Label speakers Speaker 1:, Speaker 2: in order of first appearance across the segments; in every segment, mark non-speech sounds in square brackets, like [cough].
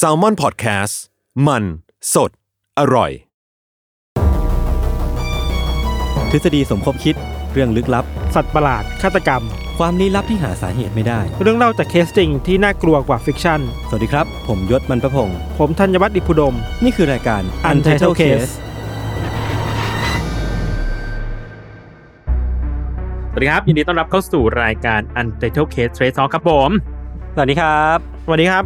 Speaker 1: s a l m o n PODCAST มันสดอร่อย
Speaker 2: ทฤษฎีสมคบคิดเรื่องลึกลับ
Speaker 3: สัตว์ประหลาด ฆาตกรรม
Speaker 2: ความลี้ลับที่หาสาเหตุไม่ได้
Speaker 3: เรื่องเล่าจากเคสจริงที่น่ากลัวกว่าฟิกชั่น
Speaker 2: สวัสดีครับ ผมยศมันประพงศ์
Speaker 3: ผมธัญวัฒน์อิพุดม
Speaker 2: นี่คือรายการ
Speaker 3: Untitled Case
Speaker 4: สวัสดีครับ ยินดีต้อนรับเข้าสู่รายการ Untitled Case Trace Talk ครับผม
Speaker 2: สวัสดีครับ
Speaker 3: สวัสดีครับ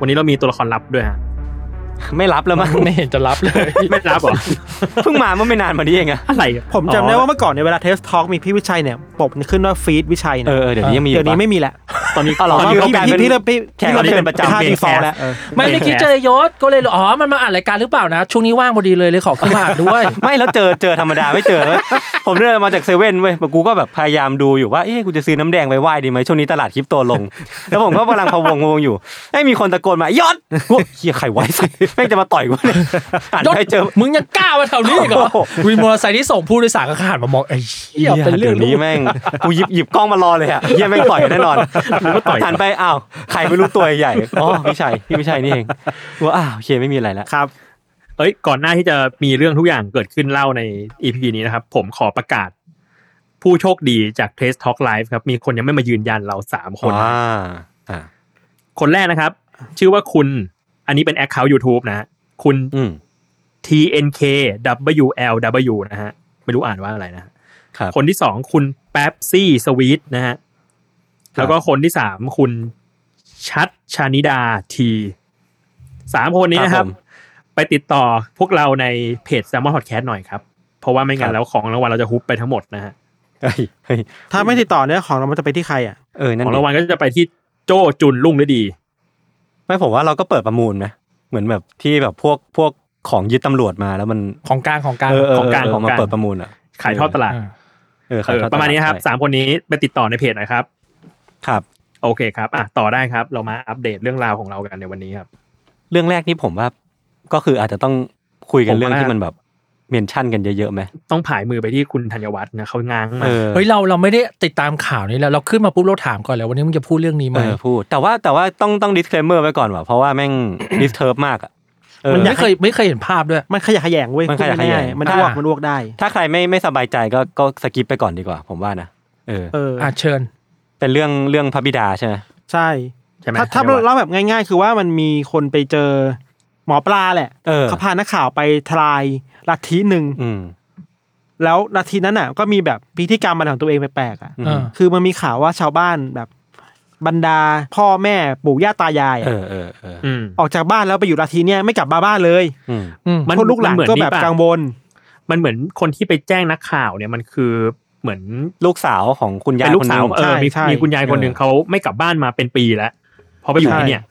Speaker 4: วันนี้เรามีตัวละครลับด้วยฮะ [laughs]
Speaker 2: ไม่รับแล้วมั้ [laughs] ง
Speaker 5: ไม่เห็นจะรับเลย
Speaker 4: ไม่รับเหรอ [laughs]
Speaker 2: เพิ่งมาเมื่อไม่นานมานี้เองอะ
Speaker 4: อะไรอะ
Speaker 3: ผมจำได้ว่าเมื่อก่อนเนี่ยเวลาเทสทอ a l k มีพี่วิชัยเนี่ยปกขึ้นว่าฟีดวิชัย
Speaker 2: เอ
Speaker 3: นะ
Speaker 2: อเออเดี๋ยวนี้ยังมีอ
Speaker 3: เดี๋ย
Speaker 2: ยู่
Speaker 3: วนี้
Speaker 2: ปะ
Speaker 3: ไม่มีแล้ว
Speaker 4: ตอนนี้
Speaker 2: อ๋อเหรอ
Speaker 4: ตอนนี้
Speaker 2: ก็
Speaker 4: เขา
Speaker 2: ก
Speaker 3: พี่
Speaker 2: ลายเป็น
Speaker 3: พี่พี่
Speaker 2: แขกรับเชิญประจำ
Speaker 3: ท่าดีฟอลแล้ว
Speaker 2: เออ
Speaker 5: ไม่ได้คิดเจอยศก็เลยเลยอ๋อมันมาอ่านรายการหรือเปล่านะ ช่วงนี้ว่างพอดีเลยเลยขอขึ้นมาอ่านด้วย
Speaker 2: ไม่แล้วเจอเจอธรรมดาไม่เจอ ผมเดินมาจากเซเว่นเว้ยกูก็แบบพยายามดูอยู่ว่าเอ๊ะกูจะซื้อน้ำแดงไปไหว้ดีไหมช่วงนี้ตลาดคริปโตลง แล้วผมก็กำลังพะวงพะวงอยู่ไอ้ยมีคนตะโกนมายศกูเฮียใครไว้ใส่แม่งจะมาต่อยกูเนี่ย [laughs] อ่าน
Speaker 5: ยศ
Speaker 2: ไปเจอ
Speaker 5: มึงยังกล้ามาแถวนี้อีกเหรอ
Speaker 2: โอ้โห
Speaker 5: วินมอเตอร์ไซค์ที่ส่งผู้โดยสารก็ขานมามองไอ้เหี้ยเป็นเรื่อง
Speaker 2: ดี๋ยวนี้แม่งกูหยิบหยิบกล้องมารอเลยอะเยี่ยแม่งต่อยแน่นอน
Speaker 4: ก็ต่อย
Speaker 2: หันไปอ้าวใครไม่รู้ตัวใหญ่อ๋อพี่ชัยพี่วิชัยนี่เองกูว่าอ้าวโอเคไม่มีอะไรแล้ว
Speaker 3: ครับ
Speaker 4: เอ้ย ก่อนหน้าที่จะมีเรื่องทุกอย่างเกิดขึ้นเล่าใน EP นี้นะครับ ผมขอประกาศ ผู้โชคดีจาก Trace Talk Live ครับ มีคนยังไม่มายืนยันเราสามคน
Speaker 2: ว้าอ่า
Speaker 4: คนแรกนะครับ ชื่อว่าคุณ อันนี้เป็น Account YouTube นะฮะคุณ
Speaker 2: อืม
Speaker 4: TNKWLW นะฮะ ไม่รู้อ่านว่าอะไรนะฮะ
Speaker 2: ครับ
Speaker 4: คนที่สองคุณแป๊บซี่สวีทนะฮะ
Speaker 2: ครับ
Speaker 4: แล้วก็คนที่สามคุณชัดชานิดาทีสามคนนี้นะครับ
Speaker 2: ผม
Speaker 4: ไปติดต่อพวกเราในเพจแซมมอนพอดแคสต์หน่อยครับ เพราะว่าไม่งั้
Speaker 2: ครั
Speaker 4: น
Speaker 2: บ
Speaker 4: แล้วของรางวัลเราจะฮุบไปทั้งหมดนะฮะ
Speaker 2: เฮ้ยเฮ้ย
Speaker 3: ถ้าไม่ติดต่อเนี่ยของเรามันจะไปที่ใครอ่ะ
Speaker 2: เออนั่น
Speaker 4: ของ
Speaker 2: ดิ
Speaker 4: รางวัลก็จะไปที่โจจุนลุ่งฤดี
Speaker 2: ไม่ผมว่าเราก็เปิดประมูลนะเหมือนแบบที่แบบพวกพวกของยึดตำรวจมาแล้วมัน
Speaker 5: ของกลางของกลาง
Speaker 2: เออเออ
Speaker 4: ของกลาง
Speaker 2: เออ
Speaker 4: ของกลาง
Speaker 2: มาเปิดประมูลอ่ะ
Speaker 4: ขายทอดตลาด
Speaker 5: อ่า
Speaker 2: เออขาย
Speaker 4: เออ
Speaker 2: ทอดตลด
Speaker 4: ประมาณนี้นะครับ
Speaker 2: ใช่
Speaker 4: สามคนนี้ไปติดต่อในเพจหน่อยครับ
Speaker 2: ครับ
Speaker 4: โอเคครับอ่ะต่อได้ครับ เรามาอัปเดตเรื่องราวของเรากันในวันนี้ครับ
Speaker 2: เรื่องแรกนี่ผมว่าก็คืออาจจะต้องคุยกัน
Speaker 4: ผมว่า
Speaker 2: เรื่องที่มันแบบเมนชั่นกันเยอะๆไหม
Speaker 4: ต้องผายมือไปที่คุณธัญวัฒน์นะเขาง้างมา
Speaker 2: เออ
Speaker 5: เฮ้ยเราเราไม่ได้ติดตามข่าวนี้แล้วเราขึ้นมาปุ๊บเราถามก่อนเลยวันนี้มึงจะพูดเรื่องนี้ไหม
Speaker 2: เออพูดแต่ว่าแต่ว่าต้องต้อง disclaimer ไว้ก่อนว่ะเพราะว่าแม่ง disturb มากอ่ะเออ
Speaker 5: มันไม่เคยไม่เคยเห็นภาพด้วย
Speaker 3: มันขยะแขยงเว้ย
Speaker 2: มันขยะแขยง
Speaker 3: พูดง่าๆมันอ้วกมันอ้วกได้
Speaker 2: ถ้าใครไม่ไม่สบายใจก็ก็สกิปไปก่อนดีกว่า ผมว่านะเออ
Speaker 3: เออ
Speaker 5: อ่าเชิญ
Speaker 2: เป็นเรื่องเรื่องพระบิดาใช่ไหม
Speaker 3: ใช่
Speaker 4: ใช่ไหม
Speaker 3: ถ้าถ้า
Speaker 4: ธัญวัฒน์
Speaker 3: เล่าแบบง่าย ๆ คือว่ามันมีคนไปเจอหมอปลาแหละ
Speaker 2: เออ
Speaker 3: เขาพานักข่าวไปทลายลัทธิหนึ่ง
Speaker 2: อืม
Speaker 3: แล้วลัทธินั้นอ่ะ ก็มีแบบพิธีกรรมอะไรของตัวเองแปลกๆอ่ะ
Speaker 2: อืม
Speaker 5: เออ
Speaker 3: คือมันมีข่าวว่าชาวบ้านแบบบรรดาพ่อแม่ปู่ย่าตายายอะ
Speaker 2: เออเออเออ
Speaker 4: อืม
Speaker 3: ออกจากบ้านแล้วไปอยู่ราทีเนี่ยไม่กลับมาบ้านเลย
Speaker 2: อืม
Speaker 5: อืม
Speaker 4: มัน
Speaker 3: พวกลูกหลาน
Speaker 4: มันเหมือน
Speaker 3: ก็
Speaker 4: นี่
Speaker 3: แบบ
Speaker 4: ป่ะ
Speaker 3: กังวล
Speaker 4: มันเหมือนคนที่ไปแจ้งนักข่าวเนี่ยมันคือเหมือน
Speaker 2: ลูกสาวของคุณยา
Speaker 4: เป็
Speaker 2: ย
Speaker 4: นลูก
Speaker 2: คนห
Speaker 4: สา
Speaker 2: นึ่
Speaker 4: ว
Speaker 2: ง
Speaker 4: เออมี
Speaker 3: ใช่
Speaker 4: มีคุณยายคนหนึ่ง
Speaker 2: เออ
Speaker 4: เขาไม่กลับบ้านมาเป็นปีแล้วพอไปอยู่
Speaker 3: ใช่
Speaker 4: ที่เนี่ย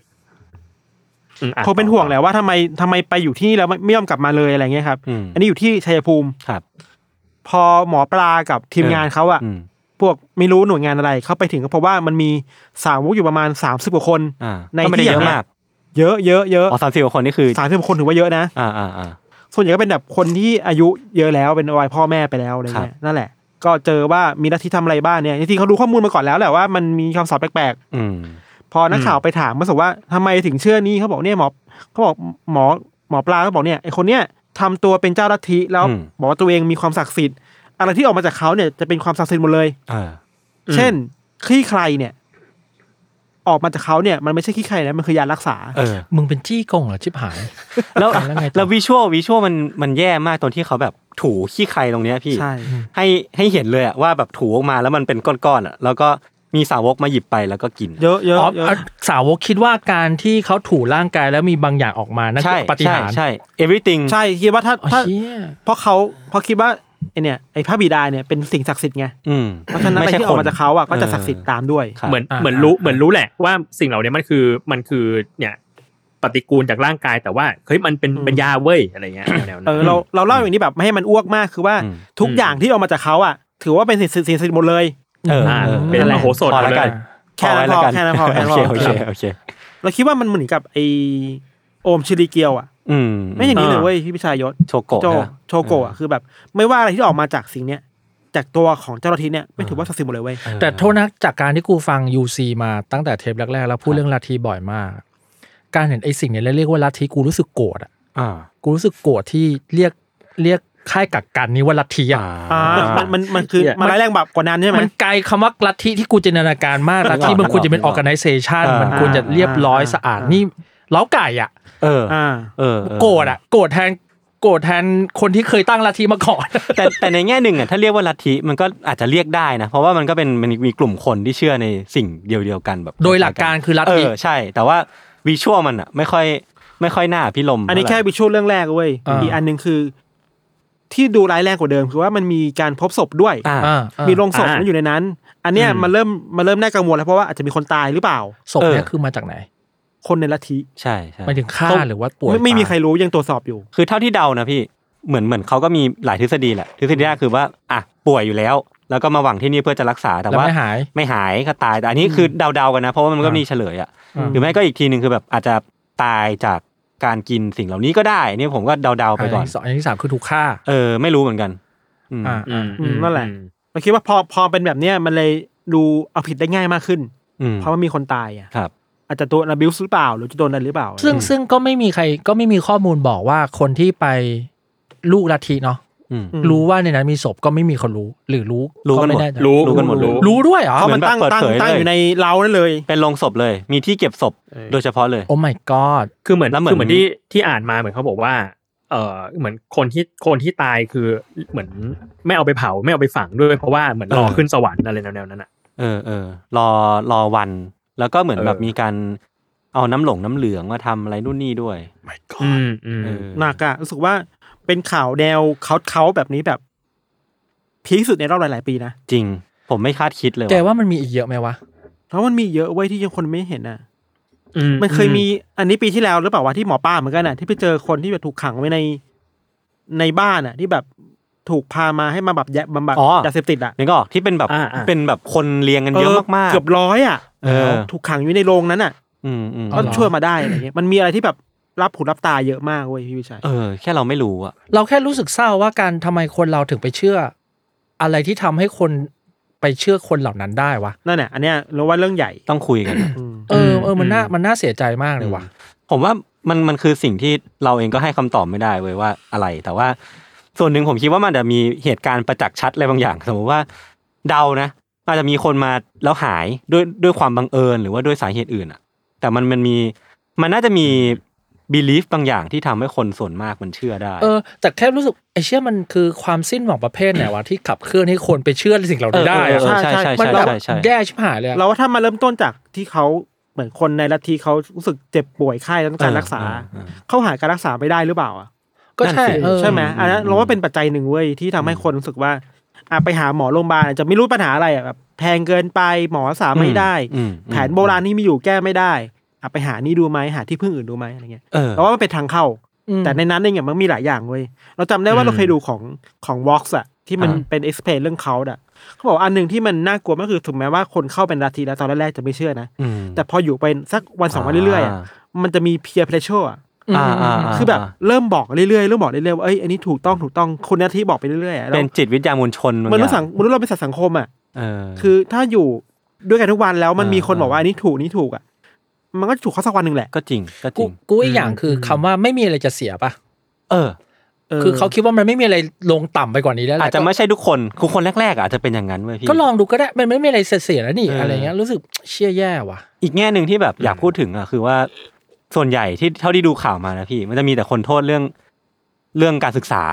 Speaker 4: อืมอ่ะ
Speaker 3: คงเป็นห่วงแหละว่าทำไมทำไมไปอยู่ที่นี่แล้วไม่ไม่ยอมกลับมาเลยอะไรเงี้ยครับ
Speaker 2: อืม
Speaker 3: อันนี้อยู่ที่ชัยภูมิ
Speaker 2: ครับ
Speaker 3: พอหมอปลากับทีมงานเขาอะ
Speaker 2: อืม
Speaker 3: พวกไม่รู้หน่วยงานอะไรเขาไปถึงก็พบว่ามันมีสาวกอยู่ประมาณ 30กว่าคน
Speaker 2: อ่า
Speaker 3: ใน
Speaker 2: ก็ไม่ได้
Speaker 3: ที่
Speaker 2: เยอะ
Speaker 3: อ่ะ
Speaker 2: มาก
Speaker 3: เยอะเยอะเยอะ
Speaker 2: อ๋อสามสิบกว่าคนนี่คือ
Speaker 3: สามสิบคนถือว่าเยอะนะ
Speaker 2: อ่าอ่าอ่า
Speaker 3: ส่วนใหญ่ก็เป็นแบบคนที่อายุเยอะแล้วเป็นวัยพ่อแม่ไปแล้วอะไรเงี้ยนั่นแหละ ก็เจอว่ามีลัทธิทำอะไรบ้างเนี่ยจริงๆเขารู้ข้อมูลมาก่อนแล้วแหละว่ามันมีคำสอนแปลก
Speaker 2: อืม
Speaker 3: ๆ พอนักข่าวไปถามมาสกว่าทำไมถึงเชื่อนี้เขาบอกเนี่ยหมอเขาบอกหมอหมอปลาเขาบอกเนี่ยไอคนเนี้ยทำตัวเป็นเจ้าลัทธิแล้วบอกว่าตัวเองมีความศักดิ์สิทธิ์อะไรที่ออกมาจากเขาเนี่ยจะเป็นความศักดิ์สิทธิ์หมดเลย
Speaker 2: เออ
Speaker 4: อืม
Speaker 3: เช่นขี้ใครเนี่ย ออกมาจากเขาเนี่ยมันไม่ใช่ขี้ใครนะมันคือยารักษา
Speaker 2: เออ
Speaker 5: มึงเป็นจี้กงเหรอชิบหาย
Speaker 2: แล้ว
Speaker 5: แล้วไงต่อ
Speaker 2: แล้ววิชวลวิชวลมันมันแย่มากตอนที่เขาแบบถูขี้ใครตรงเนี้ยพี่
Speaker 3: ใช่
Speaker 2: ให้ให้เห็นเลยอะว่าแบบถูออกมาแล้วมันเป็นก้อนๆอะแล้วก็มีสาวกมาหยิบไปแล้วก็กิน
Speaker 3: เยอะเยอะ
Speaker 5: อ๋อ
Speaker 3: เยอะ
Speaker 5: อ่ะสาวกคิดว่าการที่เขาถูร่างกายแล้วมีบางอย่างออกมานั่น
Speaker 2: ใช่
Speaker 5: คือปาฏิ
Speaker 2: ใช่
Speaker 5: หารย์
Speaker 2: ใช่ everything
Speaker 3: ใช่คิดว่าถ้า
Speaker 5: อ๋อ
Speaker 3: ถ้า
Speaker 5: เหี้ย
Speaker 3: เพราะเขาเพราะคิดว่า ไอเนี่ยไอพระบิดาเนี่ยเป็นสิ่งศักดิ์สิทธิ์ไง
Speaker 2: อืม
Speaker 3: เพราะฉะนั้นอะไร
Speaker 2: ไม่ใช่
Speaker 3: ที่อ
Speaker 2: ค
Speaker 3: อก
Speaker 2: น
Speaker 3: มาจากเขาอ่ะก็จะ
Speaker 2: เออ
Speaker 3: ศักดิ์สิทธิ์ตามด้วย
Speaker 2: ครับ
Speaker 4: เหมือน
Speaker 5: อ่า
Speaker 4: เหมือนรู้
Speaker 5: อ่า
Speaker 4: เหมือนรู้แหละว่าสิ่งเหล่านี้มันคือมันคือเนี่ยปฏิกูลจากร่างกายแต่ว่าเฮ้ยมันเป็น
Speaker 3: อืม
Speaker 4: เป็นยาเว้ยอะไรเงี้ยแนวๆนั้น
Speaker 3: เออเราเราเล่าอย่างนี้แบบไม่ให้มันอ้วกมากคือว่า
Speaker 2: อืม
Speaker 3: ทุก
Speaker 4: อืม
Speaker 3: อย่างที่ออกมาจากเขาอ่ะ ถือว่าเป็นสิ่งสิ่งศักดิ์สิทธิ์หมดเลย
Speaker 2: เออ
Speaker 4: อ่า
Speaker 2: ออ
Speaker 4: เป็นมโหสถ
Speaker 2: พอแล้วกัน
Speaker 4: เลย
Speaker 3: แค่นั้น
Speaker 2: ล้วกั
Speaker 3: พอแค่นั้นพอแค่นั้นพอ
Speaker 2: โอเคโอเคโอเค
Speaker 3: เราคิดว่ามันเหมือนกับไอโอมชิริเกียวอ่ะ
Speaker 2: อืม
Speaker 3: ไม่อย่างนี้เลย
Speaker 4: อ่า
Speaker 3: เว้ยพี่พิชายยศ
Speaker 2: โชโกะ
Speaker 3: โจ
Speaker 2: นะ
Speaker 3: โชโกะอะคือแบบ ไม่ว่าอะไรที่ออกมาจากสิ่งเนี้ยจากตัวของเจ้าหน้าที่เนี่ยไม่ถือว่าศักดิ์สิทธิ์หมดเลยเว้ย
Speaker 5: แต่โทษนะจากการที่กูฟัง UC มาตั้งแต่เทปแรก ๆ แล้วพูดเรื่องลัทธิบ่อยมาก การเห็นไอ้สิ่งเนี้ยแล้วเรียกว่าลัทธิกูรู้สึกโกรธอะ
Speaker 2: อ่า
Speaker 5: กูรู้สึกโกรธที่เรียกเรียกค่ายกักกันนี้ว่าลัทธิอะ
Speaker 3: อ่ามันมันมันคือ
Speaker 4: เหี้ย
Speaker 3: มันร้ายแรงแบบกว่านั้นใช่ไหม
Speaker 5: มันไกลคำว่าลัทธิที่กูจินตนาการมากลัทธิมันควรจะเป็น organization มันควรจะเรียบร้อยสะอาดนี่เล้าไก่อะ
Speaker 2: เออ
Speaker 3: อ่า
Speaker 2: เออ
Speaker 5: โกรธอะโกรธแทนโกรธแทนคนที่เคยตั้งลัทธิมาก่อน [laughs]
Speaker 2: แต่แต่ในแง่หนึ่งอ่ะถ้าเรียกว่าลัทธิมันก็อาจจะเรียกได้นะ เพราะว่ามันก็เป็นมันมีกลุ่มคนที่เชื่อในสิ่งเดียวเดียวๆกันแบบ
Speaker 5: โดยหลักการคือลัท
Speaker 2: เอ
Speaker 5: ธิ
Speaker 2: อใช่ แต่ว่าวิชวลมันอ่ะไม่ค่อยไม่ค่อยน่าพิลม
Speaker 3: อันนี้แค่
Speaker 2: เท่าไหร่
Speaker 3: วิชวลเรื่องแรกเว้ย
Speaker 5: อ่า
Speaker 3: อีกอันหนึ่งคือ ที่ดูร้ายแรงกว่าเดิม คือว่ามันมีการพบศพด้วย
Speaker 2: อ่า
Speaker 5: อ่าอ่า
Speaker 3: มีโรงศพ
Speaker 4: อ่า
Speaker 3: มันอยู่ในนั้น อันเนี้ย
Speaker 2: อืม
Speaker 3: มันเริ่มมันเริ่มน่ากังวลแล้วเพราะว่าอาจจะมีคนตายหรือเปล่า
Speaker 5: ศพเนี้ย
Speaker 2: เออ
Speaker 5: คือมาจากไหน
Speaker 3: คนในลัทธิ
Speaker 2: ใช่ใช่
Speaker 5: หมายถึงฆ่าหรือว่าป่วย
Speaker 3: ไม่ไม่มีใคร
Speaker 5: ตาย
Speaker 3: รู้ยังตรวจสอบอยู่
Speaker 2: คือเท่าที่เดานะพี่เหมือนเหมือนเขาก็มีหลายทฤษฎีแหละทฤษฎีแรกคือว่าอ่ะป่วยอยู่แล้ว แล้วก็มาหวังที่นี่เพื่อจะรักษาแต่
Speaker 5: แล้ว
Speaker 2: ว่า
Speaker 5: ไม่หาย
Speaker 2: ไม่หายก็ตายแต่อันนี้คือเดาๆกันนะเพราะว่ามันก็มีเฉลยอ่ะ
Speaker 5: อืม
Speaker 2: หรือไม่ก็อีกทีหนึ่งคือแบบอาจจะตายจากการกินสิ่งเหล่านี้ก็ได้เนี่ยผมก็เดาๆไปก่อน
Speaker 5: นที่สองอันที่สามคือถูกฆ่า
Speaker 2: เออ ไม่รู้เหมือนกันอืม
Speaker 5: อ่า
Speaker 4: อืม
Speaker 3: อืมนั่นแหละ
Speaker 4: อืม
Speaker 3: เราคิดว่าพอพอเป็นแบบเนี้ยมันเลยดูเอาผิดได้ง่ายมากขึ้น
Speaker 2: อืม
Speaker 3: เพราะมันมีคนตายอ่ะ
Speaker 2: ครับ
Speaker 3: อาจจะโดนอบิวหรือเปล่า หรือจะโดนอะไรหรือเปล่า
Speaker 5: ซึ่งซึ่งก็ไม่มีใครก็ไม่มีข้อมูลบอกว่าคนที่ไปลูกลัทธิเนาะ
Speaker 2: อืม
Speaker 3: อืม
Speaker 5: รู้ว่าในนั้นมีศพก็ไม่มีคนรู้หรือรู้
Speaker 2: รู้กันหมด
Speaker 5: ไม่แใจ
Speaker 4: รู้
Speaker 2: รู้กันหมดรู้
Speaker 5: รู้ด้วยเหรอ
Speaker 3: เพราะ
Speaker 2: หมื
Speaker 3: มั
Speaker 2: อน นแบบ
Speaker 3: ตั้ง
Speaker 2: เปิด
Speaker 3: ตั้ง
Speaker 2: เผยเลย
Speaker 3: ตั้งอยู่ในเล้านั่นเลย
Speaker 2: เป็นโรงศพเลย มีที่เก็บศพ
Speaker 3: เออ
Speaker 2: โดยเฉพาะเลย
Speaker 5: โอ้ my god
Speaker 4: คือเหมือน
Speaker 2: แล้วเหมือน
Speaker 4: คือเหมือนที่ที่อ่านมาเหมือนเขาบอกว่า เออเหมือนคนที่คนที่ตายคือเหมือนไม่เอาไปเผาไม่เอาไปฝังด้วยเพราะว่าเหมือนรอขึ้นสวรรค์อะไรแนวๆนั้นอ่ะ
Speaker 2: เออเออรอรอวัน แล้วก็เหมือน
Speaker 4: เออ
Speaker 2: แบบมีการเอาน้ำหลงน้ำเหลืองมาทำอะไรนู่นนี่ด้วย
Speaker 4: อืมอืม
Speaker 2: เออ
Speaker 3: หนักอะรู้สึกว่าเป็นข่าวแนวเขาเขาแบบนี้แบบพีคสุดในรอบหลาย ๆ ปีนะ
Speaker 2: จริง ผมไม่คาดคิดเลย
Speaker 5: แก
Speaker 2: ว่ะ
Speaker 5: ว่ามันมีอีกเยอะไหมวะ
Speaker 3: เพราะมันมีเยอะเว้ยที่ยังคนไม่เห็นอ่ะ
Speaker 4: อื
Speaker 3: มันเคยมีอันนี้ปีที่แล้วหรือเปล่าวะที่หมอป้าเหมือนกันอ่ะที่ไปเจอคนที่แบบถูกขังไว้ในในบ้านอ่ะ ที่แบบถูกพามาให้มาแบบแยะบำบัดยาเสพติดอ่ะ
Speaker 2: นึกออกที่เป็นแบบ
Speaker 4: อ่าอ่า
Speaker 2: เป็นแบบคนเรียงกันเยอะมากๆ
Speaker 3: เกือบร้อยอ่ะ
Speaker 2: เออ
Speaker 3: ถูกขังอยู่ในโรงนั้นอ่ะ
Speaker 2: อืมอืม
Speaker 3: ก็
Speaker 5: เเหรอ
Speaker 3: ช่วยมาได้อะไรเงี้ยมันมีอะไรที่แบบรับหูรับตาเยอะมากเว้ยพี่วิชัย
Speaker 2: เออ แค่เราไม่รู้อ่ะ
Speaker 5: เราแค่รู้สึกเศร้าว่าการทำไมคนเราถึงไปเชื่อ อะไรที่ทำให้คนไปเชื่อคนเหล่านั้นได้วะ
Speaker 3: นั่นแหละอันเนี้ยเราว่าเรื่องใหญ่
Speaker 2: ต้องคุยกัน
Speaker 3: อืม
Speaker 5: เออเออมันน่า
Speaker 4: อืม
Speaker 5: มันน่าเสียใจมากเลยว่ะ
Speaker 2: ผมว่ามันมันคือสิ่งที่เราเองก็ให้คำตอบไม่ได้เว้ยว่าอะไร แต่ว่า ส่วนหนึ่งผมคิดว่ามันอาจจะมีเหตุการณ์ประจักษ์ชัดอะไรบางอย่าง สมมติว่าเดานะอาจจะมีคนมาแล้วหายด้วยด้วยความบังเอิญหรือว่าด้วยสาเหตุอื่นอ่ะ แต่มันมันมีมันน่าจะมีบีลีฟบางอย่างที่ทำให้คนส่วนมากมันเชื่อได้
Speaker 5: เออ แต่แค่รู้สึกไอเชื่อมันคือความสิ้นหวังประเภทไหนวะ ที่ขับเคลื่อนให้คนไปเชื่อสิ่งเหล่านี้ได้อะ
Speaker 2: เออเออใช่ใช่
Speaker 5: มัน
Speaker 2: ใช่
Speaker 5: แบบ
Speaker 2: ใช่ใช่
Speaker 5: แย่ชิบหายเลยอะ
Speaker 3: เราว่าถ้ามาเริ่มต้นจากที่เขาเหมือนคนในลัทธิเขารู้สึกเจ็บป่วยไข้แล้วต้องการรักษา
Speaker 2: เออ
Speaker 3: เขาหาการรักษาไม่ได้หรือเปล่าอ่ะ
Speaker 5: ก็ใช่
Speaker 2: นั่นสิ
Speaker 5: เออ
Speaker 3: ใช่ไหมอันนั้นเราว่าเป็นปัจจัยหนึ่งเว้ยที่ทำให้คนรู้สึกว่าอ่ะไปหาหมอโรงพยาบาลอาจจะไม่รู้ปัญหาอะไรอ่ะแบบแพงเกินไปหมอรักษาไม่ได้
Speaker 2: อืม
Speaker 3: แผนโบราณนี่มีอยู่แก้ไม่ได้อ่ะไปหานี่ดูไหมหาที่พึ่งอื่นดูไหมอะไรเงี้ย
Speaker 2: เออ
Speaker 3: เราว่ามันเป็นทางเข้า
Speaker 5: อืม
Speaker 3: แต่ในนั้นเองอ่ะมันมีหลายอย่างเว้ยเราจำได้ว่าเราเคยดูของของวอล์กอะที่มันเป็นเอ็กซ์เพลเรื่องเขาอ่ะเขาบอกว่าอันหนึ่งที่มันน่ากลัวมากคือถึงแม้ว่าคนเข้าเป็นลัทธิแล้วตอนแรกๆจะไม่เชื่อนะ
Speaker 2: อืม
Speaker 3: แต่พออยู่ไปสักวันสองวันเรื่อยๆอะมันจะมี peer pressure อะ
Speaker 2: อ่าอ่าา
Speaker 3: คือแบบเริ่มบอกเรื่อยๆเริ่มบอกเรื่อยๆว่าเอ้ยอันนี้ถูกต้องถูกต้องคนหน้าที่บอกไปเรื่อยๆอะ
Speaker 2: เป็
Speaker 3: เรา
Speaker 2: นจิตวิทยามวลชนบาง
Speaker 3: ม
Speaker 2: อ
Speaker 3: นุษ
Speaker 2: ย่าง
Speaker 3: ย์สังมนุษย์เราเป็นสัตว์สังคมอ่ะ
Speaker 2: เออ
Speaker 3: คือถ้าอยู่ด้วยกันทุกวันแล้วมันมีคน
Speaker 2: อ่า
Speaker 3: บอกว่าอันนี้ถูกอันนี้ถูกอ่ะมันก็ถูกเขาสักวันหนึ่งแหละ
Speaker 2: ก็จริงก็จ
Speaker 5: กู
Speaker 2: ริง
Speaker 5: กูอีกอย่างคือคำว่าไม่มีอะไรจะเสียป่ะ
Speaker 2: เออ
Speaker 5: คือเขาคิดว่ามันไม่มีอะไรลงต่ำไปกว่านี้แล้วแหล
Speaker 2: อาจจะไม่ใช่ทุกคนคือคนแรกๆอ่ะอาจจะเป็นอย่างนั้นเว้ยพี่
Speaker 5: ก็ลองดูก็ได้มันไม่มีอะไรเสียแล้วนี่
Speaker 2: เอออ
Speaker 5: อะไรเงี้ยรู้สึกเชี่ยแย่ว่ะ
Speaker 2: อีกแง่หนึ่งที่แบบอยากพูดถึงอ่ะคือว่าส่วนใหญ่ที่เท่าที่ดูข่าวมานะพี่มันจะมีแต่คนโทษเรื่องเรื่องการศึกษา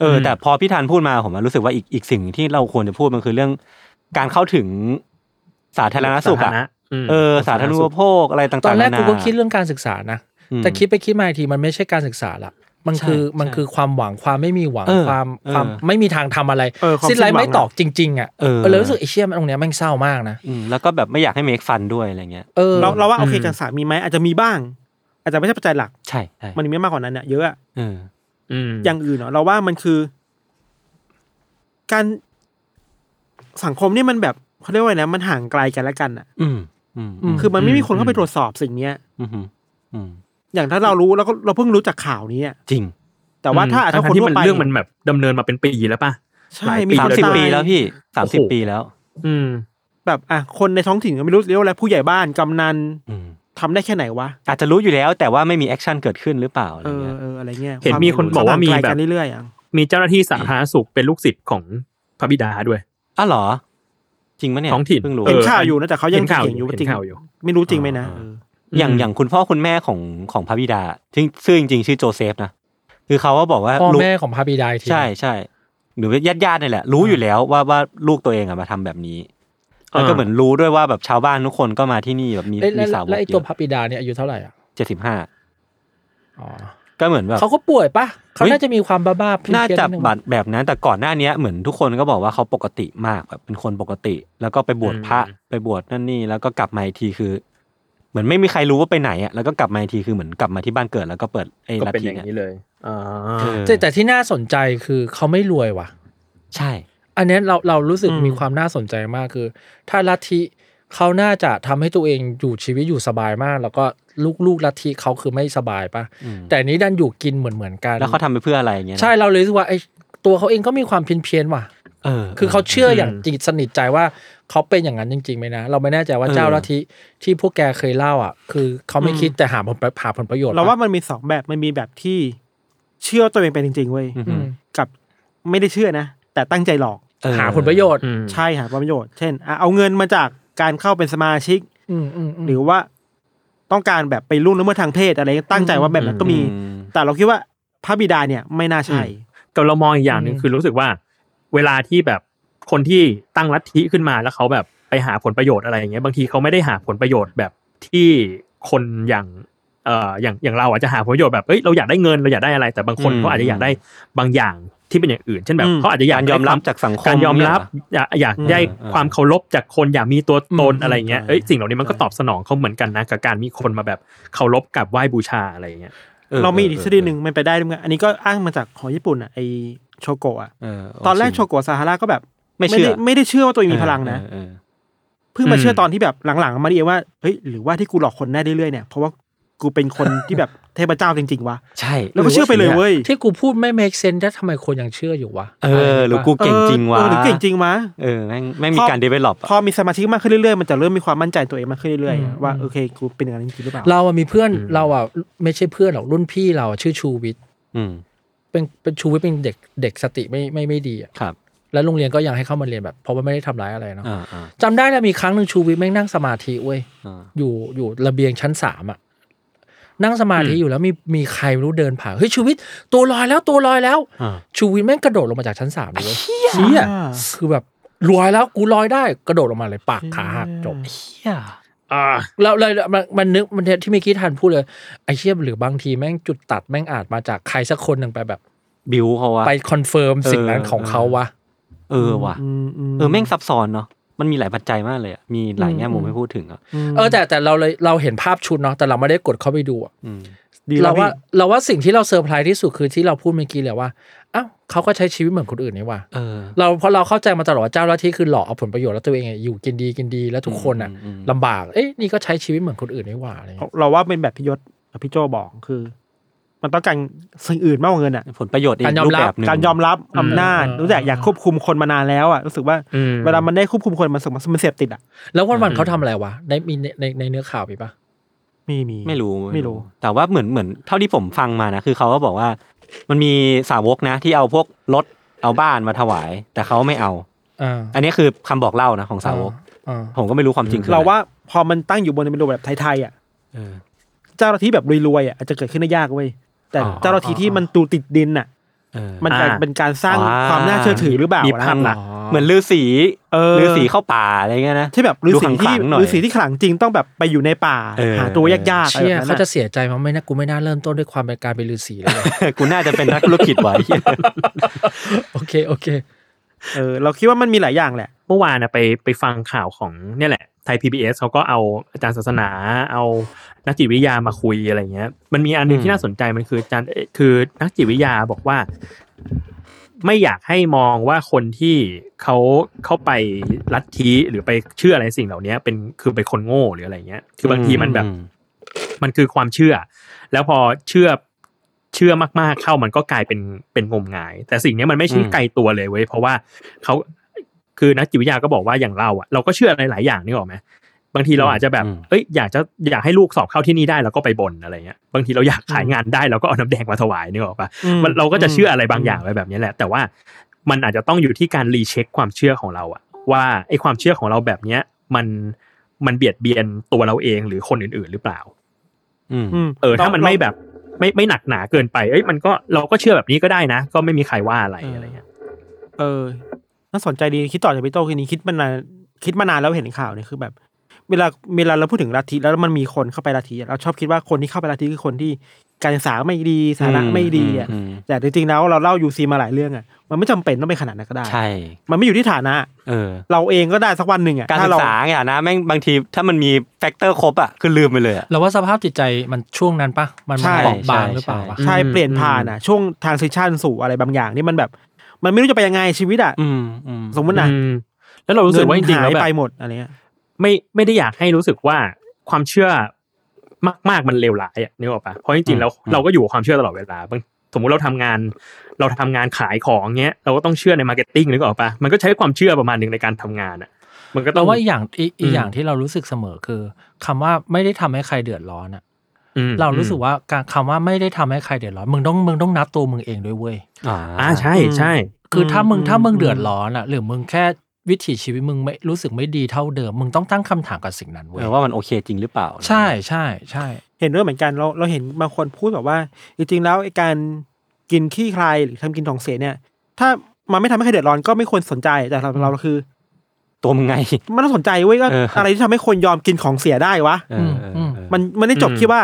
Speaker 2: เออ
Speaker 4: อืม
Speaker 2: แต่พอพี่ธันพูดมาผมอะรู้สึกว่าอีกอีกสิ่งที่เราควรจะพูดมันคือเรื่องการเข้าถึงสาธารณสุข
Speaker 4: สาธา
Speaker 2: อ่ะ
Speaker 4: รณะม
Speaker 2: เออ สาธารณูปโภคอะไรต่างๆ
Speaker 5: ตอนแรก
Speaker 2: าา
Speaker 5: กูก็คิดเรื่องการศึกษานะ
Speaker 2: อืม
Speaker 5: แต่คิดไปคิดมาอีกทีมันไม่ใช่การศึกษาละ มันคือ
Speaker 2: ใช่
Speaker 5: มันคือความหวังความไม่มีหวัง
Speaker 2: เออ
Speaker 5: ความ
Speaker 2: เออ
Speaker 5: ความไม่มีทางทำอะไร
Speaker 3: เออความ
Speaker 5: ซิดไล
Speaker 3: สิ้นหวัง
Speaker 5: ไม่ตอกจริง ๆ อ่ะ
Speaker 2: เออ
Speaker 5: เลยรู้สึกไอ้เชี่ยมันตรงเนี้ยแม่งเศร้ามากนะ
Speaker 2: อืมแล้วก็แบบไม่อยากให้เมคฟันด้วยอะไรเงี้ย
Speaker 5: เออ
Speaker 3: เราเราว่าโอเค
Speaker 5: ม
Speaker 3: การศึกษามีไหมอาจจะมีบ้าง อาจจะไม่ใช่ปัจจัยหลัก
Speaker 2: ใช่ใช่
Speaker 3: มันมีมากกว่านั้นเนี่ยเยอะอะ
Speaker 2: เออ
Speaker 4: อืม
Speaker 3: อย่างอื่นเนาะเราว่ามันคือ การสังคมเนี่ยมันแบบเขาเรียกว่าไงนะมันห่างไกลกันและกันอ่ะ
Speaker 2: อืมอืม
Speaker 5: ม
Speaker 3: คือมันไม่มีคนเข้าไปตรวจสอบสิ่งเนี้ย
Speaker 2: อืมอืม
Speaker 3: อย่างถ้าเรารู้เราก็เราเพิ่งรู้จากข่าวนี้อะ
Speaker 2: จริง
Speaker 3: แต่ว่าถ้า
Speaker 4: อืม
Speaker 3: ถ้า
Speaker 4: ทั้
Speaker 3: คน
Speaker 4: งๆที่
Speaker 3: ทั่ว
Speaker 4: มัน
Speaker 3: ไป
Speaker 4: เรื่องมันแบบดำเนินมาเป็นปีแล้วป่ะ
Speaker 3: ใช่
Speaker 4: หลายปี
Speaker 3: มี
Speaker 2: สา
Speaker 3: ค
Speaker 2: ม
Speaker 3: น
Speaker 2: สิบ
Speaker 3: ตาย
Speaker 2: ปีแล้วพี่สามสิบ
Speaker 4: โอ้โห
Speaker 2: ปีแล้ว
Speaker 4: อืม
Speaker 3: แบบอ่ะคนในท้องถิ่นก็ไม่รู้เรียกว่าอะไรผู้ใหญ่บ้านกำนัน
Speaker 2: อืม
Speaker 3: ทำได้แค่ไหนวะ
Speaker 2: อาจจะรู้อยู่แล้วแต่ว่าไม่มีแอคชั่นเกิดขึ้นหรือเปล่าอะไร
Speaker 3: เออ
Speaker 2: เงี้ย
Speaker 3: เอออะไรเงี้ย
Speaker 4: เห็นมีคนบอกว่ามี
Speaker 3: ห่งไกล
Speaker 4: แบบ
Speaker 3: กันเรื่อยๆอะ
Speaker 4: มีเจ้าหน้าที่สาธารณสุขเป็นลูกศิษย์ของพระบิดาด้วย
Speaker 2: อ้าวเหรอ จริงไหมเนี่ย
Speaker 4: ท้องถิ่น
Speaker 2: เพิ่งรู้
Speaker 4: ออ
Speaker 3: เห็นข่าวอยู่นะแต่เขายัง
Speaker 4: เห็นข่าว
Speaker 3: เถียงอยู่
Speaker 4: อยู่
Speaker 3: ว่าจริง
Speaker 4: เห็นข่าวอยู่
Speaker 3: ไม่รู้จริงไหมนะ
Speaker 2: อ่า
Speaker 3: เออ
Speaker 2: อย่าง
Speaker 4: อืม
Speaker 2: อย่างคุณพ่อคุณแม่ของของพระบิดาซึ่งซึ่งจริงๆชื่อโจเซฟนะคือเขาก็บอกว่า
Speaker 5: พ่อ
Speaker 2: ลูก
Speaker 5: แม่ของพาบิดาอีกที
Speaker 2: ใช่ใช่หรือญาติญาติๆนี่แหละ รู้อยู่แล้วว่าว่าลูกตัวเองอะมาทำแบบนี้แล้วก็เหมือนรู้ด้วยว่าแบบชาวบ้านทุกคนก็มาที่นี่แบบมี
Speaker 5: เอ้ยแล้
Speaker 2: มี
Speaker 5: ว
Speaker 2: สาว
Speaker 5: แล้วไอ้ตัวพาบิดาเนี่ยอายุเท่าไหร่อ่ะ
Speaker 2: เจ็ดสิบห้า
Speaker 5: อ๋อ
Speaker 2: ก็เหมือนแบบ
Speaker 5: เขาก็ป่วยปะเขา
Speaker 2: เฮ้ย
Speaker 5: น่าจะมีความบ้าๆเพี้ยนๆ
Speaker 2: น่าจะ
Speaker 5: ดง
Speaker 2: บัตรแบบนั้นแต่ก่อนหน้าเนี้ยเหมือนทุกคนก็บอกว่าเขาปกติมากแบบเป็นคนปกติ แล้วก็ไปบวช
Speaker 4: อืม
Speaker 2: พระไปบวชนั่นนี่แล้วก็กลับมาอีกทีคือ เหมือนไม่มีใครรู้ว่าไปไหนอ่ะแล้วก็กลับมาอีกทีคือเหมือนกลับมาที่บ้านเกิดแล้วก็เปิดไอ้
Speaker 4: ก็
Speaker 2: ลัท
Speaker 4: เป็น
Speaker 2: ธิ
Speaker 4: อย่าง
Speaker 2: เนี่ย
Speaker 4: นี้เลยอ่า
Speaker 2: เออ
Speaker 5: แต่แต่ที่น่าสนใจคือเขาไม่รวยว่ะ
Speaker 2: ใช่
Speaker 5: อันเนี้ยเราเรารู้สึก
Speaker 3: อืม
Speaker 5: มีความน่าสนใจมากคือ ถ้าลัทธิเขาน่าจะทำให้ตัวเองอยู่ชีวิตอยู่สบายมาก แล้วก็ลูกลูกลัทธิเขาคือไม่สบายปะ
Speaker 2: อืม
Speaker 5: แต่นี้ดันอยู่กินเหมือนเหมือนกัน
Speaker 2: แล้วเขาทำไปเพื่ออะไรอย่างเงี้ยนะ
Speaker 5: ใช่เราเลยรู้สึกว่าไอ้ตัวเขาเองก็มีความเพี้ยนเพียนๆว่ะ
Speaker 2: เออ
Speaker 5: คือเขาเชื่อ
Speaker 4: เออ
Speaker 5: อ
Speaker 4: อ
Speaker 5: ย่างจิตสนิทใจว่าเขาเป็นอย่างนั้นจริงๆไหมนะ เราไม่แน่ใจว่า
Speaker 2: เออ
Speaker 5: เจ้าลัทธิที่พวกแกเคยเล่าอ่ะ คือเขาไม่คิดแต่หาผลประหาผลประโยชน์ปะ
Speaker 3: เราว่ามันมีสองแบบมันมีแบบที่ เชื่อตัวเองเป็นจริงๆเว้ย
Speaker 2: อืม
Speaker 5: อืม
Speaker 3: กับไม่ได้เชื่อนะแต่ตั้งใจหลอก
Speaker 2: เออ
Speaker 5: หาผลประโยชน์
Speaker 4: อืม
Speaker 3: ใช่หาประโยชน์ เช่นอ่ะเอาเงินมาจากการเข้าเป็นสมาชิก
Speaker 5: อืมอืมอืม
Speaker 3: หรือว่าต้องการแบบไปล่วงละเมิดทางเพศอะไรเงี้ยตั้งใจว่าแบบนั้นก็มี
Speaker 2: อืม
Speaker 3: แต่เราคิดว่าพระบิดาเนี่ยไม่น่าใช่
Speaker 4: กับเรามองอีกอย่างหนึ่ง
Speaker 5: อืม
Speaker 4: คือรู้สึกว่า เวลาที่แบบคนที่ตั้งลัทธิขึ้นมาแล้วเขาแบบไปหาผลประโยชน์อะไรอย่างเงี้ยบางทีเขาไม่ได้หาผลประโยชน์แบบที่คนอย่างเอ่ออย่างอย่างเราอาจจะหาผลประโยชน์แบบเอ้ยเราอยากได้เงินเราอยากได้อะไร แต่บางคน
Speaker 2: อืม
Speaker 4: เขาอาจจะอยากได้บางอย่างที่เป็นอย่างอื่น เช่นแบบ
Speaker 3: อืม
Speaker 4: เขาอาจจะอยาก
Speaker 2: การ
Speaker 4: ได้
Speaker 2: ยอมรับ
Speaker 4: คว
Speaker 2: จากสังคม
Speaker 4: การยอมรับ
Speaker 2: เนี่
Speaker 4: อยากอยาก
Speaker 3: อืม
Speaker 4: ได้ความเคารพจากคนอยากมีตัวตน
Speaker 5: อืม
Speaker 4: อะไรเงี้ย
Speaker 2: ใช่
Speaker 4: เอ้ยสิ่งเหล่านี้มันก็ตอบสนองเขาเหมือนกันนะกับการมีคนมาแบบเคารพกับไหว้บูชาอะไรเงี้ย
Speaker 2: ยหอ
Speaker 3: เรามี
Speaker 2: เออ
Speaker 3: อีกทฤษฎีหนึ่งมันไปได้ด้วยกันอันนี้ก็อ้างมาจากของญี่ปุ่นอ่ะไอโชโกะอะ
Speaker 2: เ
Speaker 3: ตอนแรกโชโกะซาฮาราก็แบบ
Speaker 2: ไม่เชื่อ
Speaker 3: ด้ไม่ได้เชื่อว่าตัวเองมีพลังนะ
Speaker 2: เออ
Speaker 3: เพิ่งมา
Speaker 4: อืม
Speaker 3: เชื่อตอนที่แบบหลังๆ มาเรียว่าเฮ้ยหรือว่าที่กูหลอกคนได้เรื่อยๆเนี่ยเพราะว่ากูเป็นคนที่แบบเทพเจ้าจริงๆวะ
Speaker 2: ใช่
Speaker 3: แล้วก็เชื่อไปเลยเว้ย
Speaker 5: ที่กูพูดไม่ make sense แล้วทำไมคนยังเชื่ออยู่วะ
Speaker 2: เออ
Speaker 5: ะ
Speaker 2: ห
Speaker 5: ไย่า
Speaker 2: รื
Speaker 5: ย
Speaker 2: อกู
Speaker 3: ออ
Speaker 2: เก่งจริงวะ
Speaker 3: เออหรือเก่งจริงวะ
Speaker 2: เออแม่งแม่งมีการ
Speaker 3: พอ
Speaker 2: develop อะ
Speaker 3: พอมีสมาชิกมากขึ้นเรื่อยๆ มันจะเริ่มมีความมั่นใจตัวเองมากขึ้นเรื่อยๆอะว่าโอเคกูเป็นอย่างนั้นจริงๆหรือเปล่า
Speaker 5: เราอะมีเพื่อน
Speaker 4: อืม
Speaker 5: เราอะไม่ใช่เพื่อนหรอกรุ่นพี่เราอะชื่อชูวิทย์
Speaker 2: อืม
Speaker 5: เป็นเป็นชูวิทย์เป็นเด็กเด็กสติไม่ไม่ไม่ดีอะ
Speaker 2: ครับ
Speaker 5: แล้วโรงเรียนก็ยังให้เข้ามาเรียนแบบเพราะว่าไม่ได้ทำร้ายอะไรเนาะ
Speaker 2: อ่าอ่า
Speaker 5: จำได้แล้วมีครั้งหนึ่งชูวิทย์แม่งนั่งสมาธิเว้ย
Speaker 2: อ่า
Speaker 5: อยู่อยู่ระเบียงชั้นสามอะนั่งสมาธิอยู่แล้วมีมีใครไม่รู้เดินผ่านเฮ้ยชูวิทย์ตัวลอยแล้วตัวลอยแล้ว
Speaker 2: อ่า
Speaker 5: ชูวิทย์แม่งกระโดดลงมาจากชั้นสามเลยเว้ยเชี่ย
Speaker 3: อ่า
Speaker 5: คือแบบลอยแล้วกูลอยได้กระโดดลงมาเลยปากขาหักจบ
Speaker 4: อ่า
Speaker 5: แล้วเลยมันมันนึกมันที่เมื่อกี้ทันพูดเลยไอ้เชี่ยหรือบางทีแม่งจุดตัดแม่งอาจมาจากใครสักคนหนึ่งไปแบบ
Speaker 2: บิวเขาว่า
Speaker 5: ไปคอนเฟิร์ม
Speaker 2: เออ
Speaker 5: สิ่งนั้นของเขาวะ
Speaker 2: เออว่ะ
Speaker 3: มม
Speaker 2: เออแม่งซับซ้อนเนาะมันมีหลายปัจจัยมากเลยอะมีหลายแง่มุ
Speaker 5: อื
Speaker 2: ม
Speaker 5: ม
Speaker 2: ให้พูดถึงอ่ะ
Speaker 5: เออแต่แต่เราเลยเราเห็นภาพชุดเนาะแต่เราไม่ได้กดเข้าไปดูอะ
Speaker 2: อืม
Speaker 3: ดีแล้
Speaker 5: เรา
Speaker 3: ว
Speaker 5: ว่า
Speaker 3: ว่า
Speaker 5: เราว่าสิ่งที่เราเซอร์ไพรส์ที่สุดคือที่เราพูดเมื่อกี้เลยว่าอ้าวเขาก็ใช้ชีวิตเหมือนคนอื่นนี่ว่ะ
Speaker 2: เออ
Speaker 5: เราเพราะเราเข้าใจมาตลอดว่าเจ้าลัทธิคือหลอกเอาผลประโยชน์แล้วตัวเองอะอยู่กินดีกินดีแล้วทุกคนอ่ะ
Speaker 2: อืมอืม
Speaker 5: ลำบากเอ๊ะนี่ก็ใช้ชีวิตเหมือนคนอื่นนี่หว่าอะไรอย่างเงี้ย
Speaker 3: เราว่าเป็นแบบพิยศกับพี่โจบอกคือ มันต้องการสิ่งอื่นมากกว่าเงินอ่ะ
Speaker 2: ผลประโยชน์อี
Speaker 5: การ
Speaker 2: ก
Speaker 5: ยอม
Speaker 2: รูป
Speaker 5: รับ
Speaker 2: แบบหนึ่ง
Speaker 3: การยอมรับ
Speaker 4: อืม
Speaker 3: อำนาจ
Speaker 5: เออ
Speaker 3: รู้จักอยากควบคุมคนมานานแล้วอ่ะรู้สึกว่า
Speaker 4: อืม
Speaker 3: เวลามันได้ควบคุมคนมันรู้สึกมันเสพติดอ่ะ
Speaker 5: แล้ววันวันๆ
Speaker 4: อืม
Speaker 5: เขาทำอะไรวะในมีในในในเนื้อข่าวมีปะ
Speaker 3: ไม่มี
Speaker 2: ไม่รู้
Speaker 3: ไม่รู้
Speaker 2: แต่ว่าเหมือนเหมือนเท่าที่ผมฟังมานะ คือเขาก็บอกว่า มันมีสาวกนะ ที่เอาพวกรถเอาบ้านมาถวาย แต่เขาไม่เอา
Speaker 5: อ่า
Speaker 2: อันนี้คือคำบอกเล่านะของสาวก
Speaker 5: อ่า
Speaker 2: ผมก็ไม่รู้ความจริงคือ
Speaker 3: เรา
Speaker 2: อะไร
Speaker 3: ว่าพอมันตั้งอยู่บนเป็นรูปแบบไทยๆอ่ะ
Speaker 2: เออ
Speaker 3: เจ้าหน้าที่แบบรวยๆอ่ะอาจจะเกิดขึ้นได้ยากเว้ยแต่
Speaker 2: อ๋อ
Speaker 3: เจ้าหน้าที่ที่มันตูติดดินอ่ะ
Speaker 2: เออ
Speaker 3: มันกลาย
Speaker 4: อ่า
Speaker 3: เป็นการสร้าง
Speaker 2: อ่า
Speaker 3: ความน่าเชื่อถือหรือเปล่า
Speaker 4: มี
Speaker 3: นะ
Speaker 4: ภาพลักษณ์
Speaker 5: อ๋อ
Speaker 2: เหมือนลือสี
Speaker 3: เออ
Speaker 2: ลือสีเข้าป่าอะไรเงี้ยนะ [laughs]
Speaker 3: ที่แบบฤาษี
Speaker 2: ดูข
Speaker 3: ที่
Speaker 2: ลังๆหน่อย
Speaker 3: ฤาษีที่ขลังจริงต้องแบบไปอยู่ในป่า
Speaker 2: เออ
Speaker 3: หาตัวยากๆอะไร
Speaker 5: เชี่
Speaker 3: แบบ
Speaker 5: ย
Speaker 3: นั้
Speaker 5: เขา
Speaker 3: น
Speaker 5: จะ
Speaker 3: อะ
Speaker 5: เสียใจมั้งไม่นะกูไม่น่าเริ่มต้นด้วยความเป็นการเป็นฤาษีเลย
Speaker 2: กูน่าจะเป็นนักธุรกิจไว้
Speaker 3: [laughs]
Speaker 5: โอเคโอเค
Speaker 3: เออเราคิดว่ามันมีหลายอย่างแหละ
Speaker 4: เมื่อวานนะไปไปฟังข่าวของเนี่ยแหละไทย PBS เขาก็เอาอาจารย์ศาสนา เอานักจิตวิทยามาคุยอะไรเงี้ย มันมีอันหนึง
Speaker 2: อืม
Speaker 4: ที่น่าสนใจมันคืออาจารย์เอ่อคือนักจิตวิทยาบอกว่า ไม่อยากให้มองว่าคนที่เขาเข้าไปลัทธิหรือไปเชื่ออะไรสิ่งเหล่านี้เป็นคือเป็นคนโง่หรืออะไรเงี้ย คือบางทีมันแบบ มันคือความเชื่อ แล้วพอเชื่อเชื่อมากๆเข้ามันก็กลายเป็นเป็นงมงาย แต่สิ่งเนี้ยมันไม่ใช่
Speaker 2: อืม
Speaker 4: ไกลตัวเลยเว้ยเพราะว่าเขาคือนักจิตวิทยาก็บอกว่าอย่างเราอ่ะเราก็เชื่อหลายๆอย่างนี่หรอกไหมบางทีเราอาจจะแบบเอ้ยอยากจะอยากให้ลูกสอบเข้าที่นี่ได้เราก็ไปบนอะไรเงี้ยบางทีเราอยากขายงานได้เราก็เอาน้ำแดงมาถวายนี่หรอกปะ
Speaker 3: อืม
Speaker 4: มันเราก็จะเชื่ออะไรบางอย่างไปแบบนี้แหละ แต่ว่ามันอาจจะต้องอยู่ที่การรีเช็คความเชื่อของเราอะว่าไอความเชื่อของเราแบบเนี้ยมันมันเบียดเบียนตัวเราเองหรือคนอื่นๆ หรือเปล่า
Speaker 2: อืม
Speaker 3: อื
Speaker 4: เออถ้ามันไม่แบบไม่ไม่หนักหนาเกินไปเอ้ยมันก็เราก็เชื่อแบบนี้ก็ได้นะ ก็ไม่มีใครว่าอะไรอะไรเงี้ย
Speaker 3: เออน่าสนใจดีคิดต่อจากพี่โต้คืนนี้คิดมานานคิดมานานแล้วเห็นข่าวเนี่ยคือแบบ เวลาเวลาเราพูดถึงลัทธิแล้วมันมีคนเข้าไปลัทธิอะเราชอบคิดว่าคนที่เข้าไปลัทธิคือคนที่การศึกษาไม่ดีสาระไม่ดีอ่ะ
Speaker 2: อืมอืม
Speaker 3: แต่จริงๆแล้วเราเล่ายูซีมาหลายเรื่องอ่ะมันไม่จำเป็นต้องเป็นขนาดนั้นก็ได้
Speaker 2: ใช่
Speaker 3: มันไม่อยู่ที่ฐานะ
Speaker 2: เออ
Speaker 3: เราเองก็ได้สักวันหนึ่งอ่ะ
Speaker 2: การ
Speaker 3: ถ้
Speaker 2: ศึ
Speaker 3: เ
Speaker 2: กษาเนี่ยนะแม่งบางทีถ้ามันมีแฟกเตอร์ครบอ่ะคือลืมไปเลยอ่ะ
Speaker 5: เราว่าสภาพจิตใจมันช่วงนั้นปะมัน
Speaker 3: ใช่
Speaker 5: มันเบอบบางหรือเปล่าวะ
Speaker 3: ใช่เปลี่ยนผ่านอ่ะช่วงทางซิชันสู่อะไรบางอย่างนี่มันแบบ มันไม่รู้จะไปยังไงชีวิตอ่ะ
Speaker 2: อืมอืม
Speaker 3: สมมตินะ
Speaker 4: อืมแล้วเรารู้สึกว่าจริงๆ
Speaker 3: หา
Speaker 4: แล้ว
Speaker 3: ย
Speaker 4: แบบ
Speaker 3: ไปหมดอะไรเงี้ย
Speaker 4: ไม่ไม่ได้อยากให้รู้สึกว่าความเชื่อมากๆมันเลวร้ายอ่ะนึกออกปะเพราะจริงๆแล้ว
Speaker 2: อืม
Speaker 4: เราก็อยู่กับความเชื่อตลอดเวลาบางสมมุติเราทำงาน เราทำงานขายของเงี้ยเราก็ต้องเชื่อในมาร์เก็ตติ้งนึกออกปะมันก็ใช้ความเชื่อประมาณหนึ่งในการทำงานอ่ะ มันก็ต้อ
Speaker 5: เรา
Speaker 4: ง
Speaker 5: ว่าอีกอย่างอีกอี
Speaker 4: อื
Speaker 5: ก
Speaker 4: ม
Speaker 5: อย่างที่เรารู้สึกเสมอคือคำว่าไม่ได้ทำให้ใครเดือดร้อนอะ
Speaker 4: อืม
Speaker 5: เรารู้สึกว่าการคำว่าไม่ได้ทำให้ใครเดือดร้อนมึงต้องมึงต้องนับตัวมึงเองด้วยเว้ย
Speaker 2: อ่า
Speaker 4: อ่าใช่ใช่
Speaker 5: คือถ้ามึง
Speaker 3: อืม
Speaker 5: ถ้ามึง
Speaker 3: อืม
Speaker 5: เดือดร้อนอะหรือมึงแค่วิถีชีวิตมึงไม่รู้สึกไม่ดีเท่าเดิม มึงต้องตั้งคำถามกับสิ่งนั้นเว้ย
Speaker 2: เออว่ามันโอเคจริงหรือเปล่า
Speaker 5: ใช่ใช่ใช่
Speaker 3: เห็นด้วยเหมือนกันเราเราเห็นบางคนพูดแบบว่า จริงๆแล้วไอ้การกินขี้ใครหรือทำกินของเสียเนี่ย ถ้ามันไม่ทำให้ใครเดือดร้อนก็ไม่ควรสนใจแต่สำหรับเราคือ
Speaker 2: ตัวมึงไง
Speaker 3: มันต้องสนใจเว้ยก็
Speaker 2: เอออ
Speaker 3: อะไรที่ทำให้คนยอมกินของเสียได้วะ
Speaker 2: เออเออเออ
Speaker 3: มันมันได้จบ
Speaker 4: อืม
Speaker 3: ที่ว่า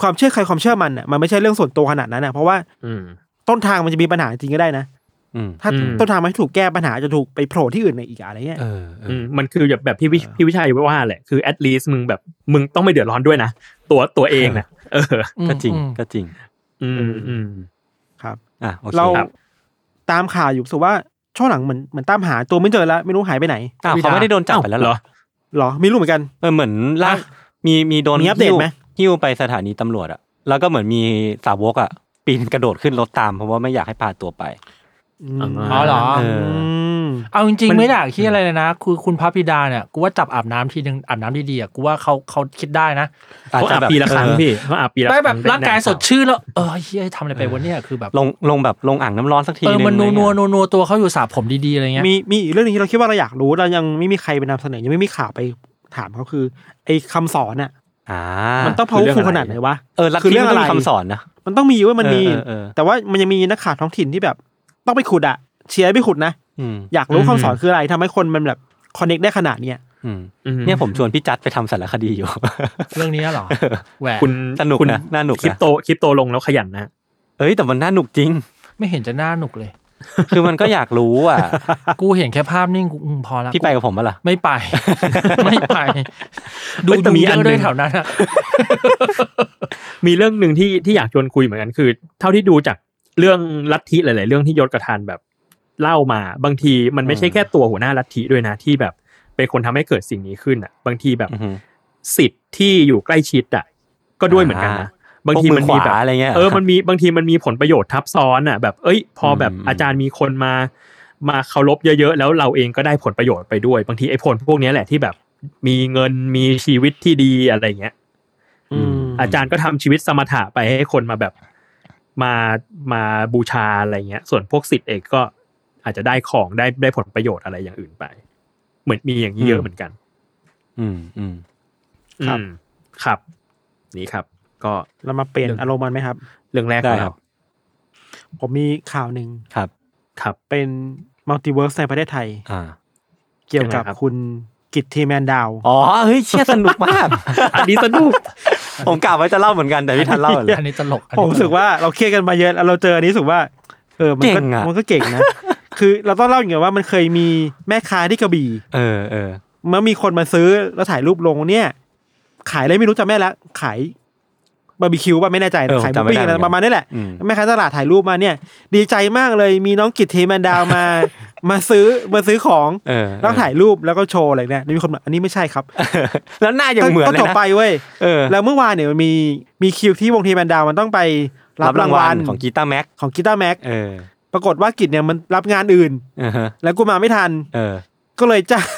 Speaker 3: ความเชื่อใครความเชื่อมันอ่ะมันไม่ใช่เรื่องส่วนตัวขนาดนั้นอ่ะเพราะว่า
Speaker 4: อืม
Speaker 3: ต้นทางมันจะมีปัญหาจริงก็ได้นะ
Speaker 2: อืม
Speaker 3: ถ้า
Speaker 4: อืม
Speaker 3: ต้นทางไม่ถูกแก้ปัญหาจะถูกไปโผล่ที่อื่นในอีกอะไรเงี้ย
Speaker 2: เออเอ
Speaker 4: อื
Speaker 2: อ
Speaker 4: มมันคือแบบแบบพี่วิพี่วิชัยว่าแหละคือ at least มึงแบบมึงต้องไม่เดือดร้อนด้วยนะตัวตัวเองนะเออ
Speaker 5: อืม
Speaker 2: ก็จริง
Speaker 5: อืม
Speaker 2: ก็จริง
Speaker 4: อืมอืม
Speaker 3: ครับ
Speaker 2: อ่ะโอเค
Speaker 3: เรา
Speaker 2: ครับ
Speaker 3: ตามข่าวอยู่รู้สึกว่าช่วงหลังเหมือนเหมือนตามหาตัวไม่เจอแล้วไม่รู้หายไปไหน
Speaker 2: อ้าวเขาไม่ได้โดนจับไปแล้วเหรอ
Speaker 3: หรอไม่รู้เหมือนกัน
Speaker 2: เออเหมือนล่า
Speaker 3: อ่ะ
Speaker 2: มีมีโดน
Speaker 3: มีอัปเดตไหม
Speaker 2: หิ้วไปสถานีตำรวจอ่ะแล้วก็เหมือนมีสาวกอ่ะปีนกระโดดขึ้นรถตามเพราะว่าไม่อยากให้พาตัวไป
Speaker 3: ม
Speaker 5: อ๋อเหรอ
Speaker 2: เออ
Speaker 3: ม
Speaker 5: เอาจริง
Speaker 4: มั
Speaker 5: ๆ
Speaker 4: น
Speaker 5: ไม่ด่าคิดอะไรเลยนะ คือคุณพระบิดาเนี่ยกูว่าจับอาบน้ำทีนึงอาบน้ำดีๆอะกูว่าเขาเขาคิดได้นะ
Speaker 2: อาจ
Speaker 4: เขา
Speaker 2: จะ
Speaker 4: อาบ
Speaker 2: แบบ
Speaker 4: ปีละครั้ง
Speaker 2: เออ
Speaker 4: พี่เขาอาบปีละค
Speaker 5: ได้
Speaker 4: รั้ง
Speaker 5: แบบร่างกาย
Speaker 4: ได้
Speaker 5: ส
Speaker 4: ข่ว
Speaker 5: ดชื่นแล้วเออเฮียทำอะไรไปวะเนี่ยคือแบบ
Speaker 2: ลงลงแบบลงอ่างน้ำร้อนสักที
Speaker 5: เออมัน
Speaker 2: ห
Speaker 5: นัว
Speaker 2: งะไร
Speaker 5: นัว
Speaker 2: เงี้ย
Speaker 5: นัวนัวตัวเขาอยู่สระผมดีๆอะไรเงี้ย
Speaker 3: มีมีอีกเรื่องหนึงที่เราคิดว่าเราอยากรู้เรายังไม่มีใครไปนำเสนอยังไม่มีข่าวไปถามเขาคือ ไอ้คำสอนอ่ะ
Speaker 2: อ่า
Speaker 3: มันต้องพา
Speaker 4: คือเรื่อง
Speaker 3: คุณข
Speaker 4: อะไร
Speaker 3: นาดไหนวะ
Speaker 2: เออลัท
Speaker 3: คือ
Speaker 2: ธิ
Speaker 3: เรื่อง
Speaker 2: มันต้อง
Speaker 3: อะไร
Speaker 2: มีคำสอนนะ
Speaker 3: มันต้องมีเว่ามันมี
Speaker 2: เออเออเออ
Speaker 3: แต่ว่ามันยังมีนักข่าวท้องถิ่นที่แบบ ต้องไปขุดอ่ะเชียร์ให้ไปขุดนะ
Speaker 2: อืม
Speaker 3: อยากรู้
Speaker 4: อืม
Speaker 3: คำสอนคืออะไรทำให้คนมันแบบคอนเน็กได้ขนาดเนี้ย
Speaker 2: อืม
Speaker 4: อื
Speaker 2: เนี่ยผมชวนพี่จัดไปทำสารคดีอยู่
Speaker 5: เรื่องนี้เหรอแหวก
Speaker 4: คุณ
Speaker 2: สนุก
Speaker 4: คุณ
Speaker 2: นะน่าหนุกนะ
Speaker 4: คริปโตคริปโตลงแล้วขยันนะ
Speaker 2: เอ้ยแต่มันน่าหนุกจริง [laughs]
Speaker 5: ไม่เห็นจะน่าหนุกเลย
Speaker 2: คือมันก็อยากรู้อ่ะ
Speaker 5: กูเห็นแค่ภาพนิ่งกูอืมพอละ
Speaker 2: พี่ไปกับผมปะล่ะ
Speaker 5: ไม่ไป ไม่ไป ดู
Speaker 4: เฮ้ยแต่
Speaker 5: ดู
Speaker 4: มี
Speaker 5: เย
Speaker 4: อัน
Speaker 5: อะ
Speaker 4: หนึ่
Speaker 5: ด้วย
Speaker 4: ง
Speaker 5: แถวนั้นอะ
Speaker 4: มีเรื่องหนึ่งที่ที่อยากชวนคุยเหมือนกันคือ เท่าที่ดูจากเรื่องลัทธิหลาย ๆ เรื่องที่ยศกระทานแบบเล่ามา บางทีมันไม่ใช่แค่ตัวหัวหน้าลัทธิด้วยนะที่แบบเป็นคนทำให้เกิดสิ่งนี้ขึ้นอ่ะ บางทีแบบ
Speaker 2: อือฮึ
Speaker 4: สิทธิ์ที่อยู่ใกล้ชิดอ่ะก็ด้วยเหมือนกันนะบางทีมันมี
Speaker 2: พวกอข
Speaker 4: แบบ
Speaker 2: วาอะไรเงี้ย
Speaker 4: เออ มันมีบางทีมันมีผลประโยชน์ทับซ้อนอ่ะแบบ เอ้ย พอแบบ
Speaker 2: อืม
Speaker 4: อาจารย์มีคนมา มาเคารพเยอะๆ แล้วเราเองก็ได้ผลประโยชน์ไปด้วย บางทีไอ้ผลพวกเนี้ยแหละที่แบบมีเงินมีชีวิตที่ดีอะไรเงี้ย
Speaker 2: อืม
Speaker 4: อาจารย์ก็ทำชีวิตสมถะไปให้คนมาแบบมามาบูชาอะไรเงี้ย ส่วนพวกสิทธิ์เอกก็อาจจะได้ของได้ได้ผลประโยชน์อะไรอย่างอื่นไป เหมือนมีอย่างนี้เยอะเหมือนกัน
Speaker 2: อืมอืม
Speaker 4: ครับครับ นี่ครับ ก็
Speaker 3: เรามาเปลี่ยน
Speaker 4: เรื่อง
Speaker 3: อารมณ์มันไหมครับ
Speaker 4: เรื่องแรกข
Speaker 2: ได้
Speaker 4: อง
Speaker 2: ครับ
Speaker 4: เรา
Speaker 3: ผมมีข่าวหนึ่ง
Speaker 2: ครับ
Speaker 4: ครับ
Speaker 3: เป็น มัลติเวิร์สในประเทศไทย
Speaker 2: อ่า
Speaker 3: เกี่ยวกับ
Speaker 4: ใช่ไหมครับ
Speaker 3: คุณกิตทีแมนดาว
Speaker 2: อ๋อเฮ้ยเชี่ยสนุกมาก
Speaker 4: อันนี้ส
Speaker 2: [laughs]
Speaker 4: นุก
Speaker 2: ผมกล่าวไว้จะเล่าเหมือนกันแต่พี่ทันเล่าก่อนเลย
Speaker 5: อันนี้ตลกอัน
Speaker 3: ผม
Speaker 5: นี้ตล
Speaker 3: รู้สึกว่าเราเครียดกันมาเยอะแล้วเราเจออันนี้รู้สึกว่าเออมัน
Speaker 2: เก่
Speaker 3: ก็
Speaker 2: งอะ
Speaker 3: มันก็เก่งนะ คือเราต้องเล่าอย่างเงี้ยว่ามันเคยมีแม่ค้าที่กระบี่
Speaker 2: เออเออ
Speaker 3: เมื่อมีคนมาซื้อแล้วถ่ายรูปลงเนี่ย ขายอะไรไม่รู้จำไม่ได้ละขายบาร์บีคิวป่ะไม่แน่ใจนะขายบุฟเฟ่ต์อะไรประมาณนี้แหละ
Speaker 2: อืม
Speaker 3: แม่ค้าตลาดถ่ายรูปมาเนี่ย ดีใจมากเลยมีน้องกิตเทมันดาวมา [laughs] มาซื้อมาซื้อของ
Speaker 2: เออ
Speaker 3: แล้วถ่ายรูปแล้วก็โชว์อะไรเนี่ยแล้วมีคนบอกอันนี้ไม่ใช่ครับ
Speaker 2: แล้วหน้ายังเหมือน
Speaker 3: ก็
Speaker 2: เลย
Speaker 3: จบ
Speaker 2: นะ
Speaker 3: ไปเว้ย
Speaker 2: เออ
Speaker 3: แล้วเมื่อวานเนี่ยมันมีมีคิวที่วงทีมันดาวมันต้องไปรับรางวัล
Speaker 2: ของกีตาร์แม็ก
Speaker 3: ของกีตาร์แม็ก
Speaker 2: เออ
Speaker 3: ปรากฏว่ากิจเนี่ยมันรับงานอื่น
Speaker 2: เออฮะ
Speaker 3: แล้วกูมาไม่ทัน
Speaker 2: เออ
Speaker 3: ก็เลยจ้าง [laughs]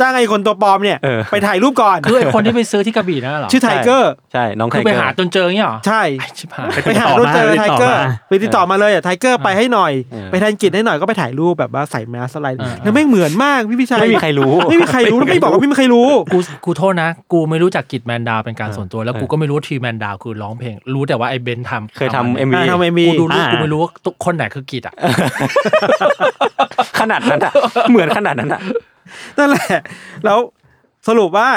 Speaker 3: จ้างไอ้คนตัวปลอมเนี่ย
Speaker 2: เออ
Speaker 3: ไปถ่ายรูปก่อน
Speaker 5: กคือไอคนที่ไปซื้อที่กระบี่นั่นเหรอ
Speaker 3: ชื่อไทเกอร์
Speaker 2: ใช่น้องไท
Speaker 5: คือ
Speaker 2: เก
Speaker 5: ไป
Speaker 2: อร์
Speaker 5: หาจนเจออย่างเงี้ยเหรอ
Speaker 3: ใช่
Speaker 5: ไอ้ชิบหาย
Speaker 4: ไป
Speaker 3: ไป
Speaker 4: ติด
Speaker 3: หา
Speaker 4: ต่อ
Speaker 3: รถ
Speaker 4: มา
Speaker 3: เจอ
Speaker 4: ไป
Speaker 3: ไท
Speaker 4: ติดต่อ
Speaker 3: เกอร์
Speaker 4: มา
Speaker 3: ไปติดต่อมาเลยอ่ะไทเกอร์ไปให้หน่อย ไปแทนกิจให้หน่อยก็ไปถ่ายรูปแบบว่าใส่แมสอะไร
Speaker 5: อ่า
Speaker 3: แล้วไม่งเหมือนมากพี่พิชัย
Speaker 2: ไม่มีใครรู้
Speaker 3: ไม่มีใครรู้แล้วไม่บอกว่าไม่มีใครรู้
Speaker 5: กูกูโทษนะ กูไม่รู้จักกิจแมนดาวเป็นการส่วนตัว แล้วกูก็ไม่รู้ว่าทีแมนดาวคือร้องเพลง รู้แต่ว่าไอ้เบนซ์ทำ
Speaker 2: เคยทำเอ็
Speaker 5: น
Speaker 2: ม
Speaker 5: นี้
Speaker 2: วี
Speaker 3: อ่าทำไมมี
Speaker 5: กูดูรูป
Speaker 4: อ่า
Speaker 5: กูไม่รู้ว่าทุกคนไหนคือกิจอ่ะ
Speaker 2: ขนาดนั้นอะเหมือนขนาดนั้นอะ
Speaker 3: นั่นแหละ แล้วสรุปว่า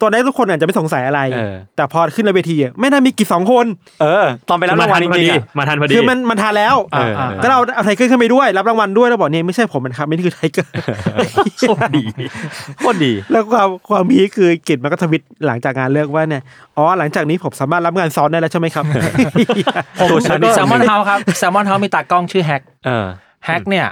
Speaker 3: ตอนแรกทุกคนอาจจะไม่สงสัยอะไร
Speaker 2: เออ
Speaker 3: แต่พอขึ้นในเวทีอ่ะไม่น่ามีกิจสองคน
Speaker 2: เออ ตอนไปรั
Speaker 4: มาร
Speaker 2: บาง
Speaker 4: ทั
Speaker 2: วัล
Speaker 4: น
Speaker 2: จ
Speaker 4: พอ
Speaker 2: ริ
Speaker 4: ดี
Speaker 2: งๆอะ
Speaker 4: มาทันพอดี
Speaker 3: คือมันมันทานแล้ว
Speaker 2: เออเออ
Speaker 3: ก็เราเอาไทเกอร์ขึ้นไปด้วย รับรางวัลด้วยแล้วบอกเนี่ยไม่ใช่ผมมันครับไม่นี่คือไทเกอร์
Speaker 2: [laughs]
Speaker 4: โคตรดี
Speaker 2: โคตรดี
Speaker 3: แล้วความความพีคคือกิจมันก็ทวิตหลังจากงานเลิกว่าเนี่ยอ๋อหลังจากนี้ผมสามารถรับงานซ้อนได้แล้วใช่ไหมครับ
Speaker 2: [laughs]
Speaker 5: ผม
Speaker 2: ตัวฉัน
Speaker 5: [laughs] มีแซลมอนเฮาส์ครับแซลมอนเฮาส์มีตากล้องชื่อแฮก
Speaker 2: เออ
Speaker 5: แฮกเนี่ย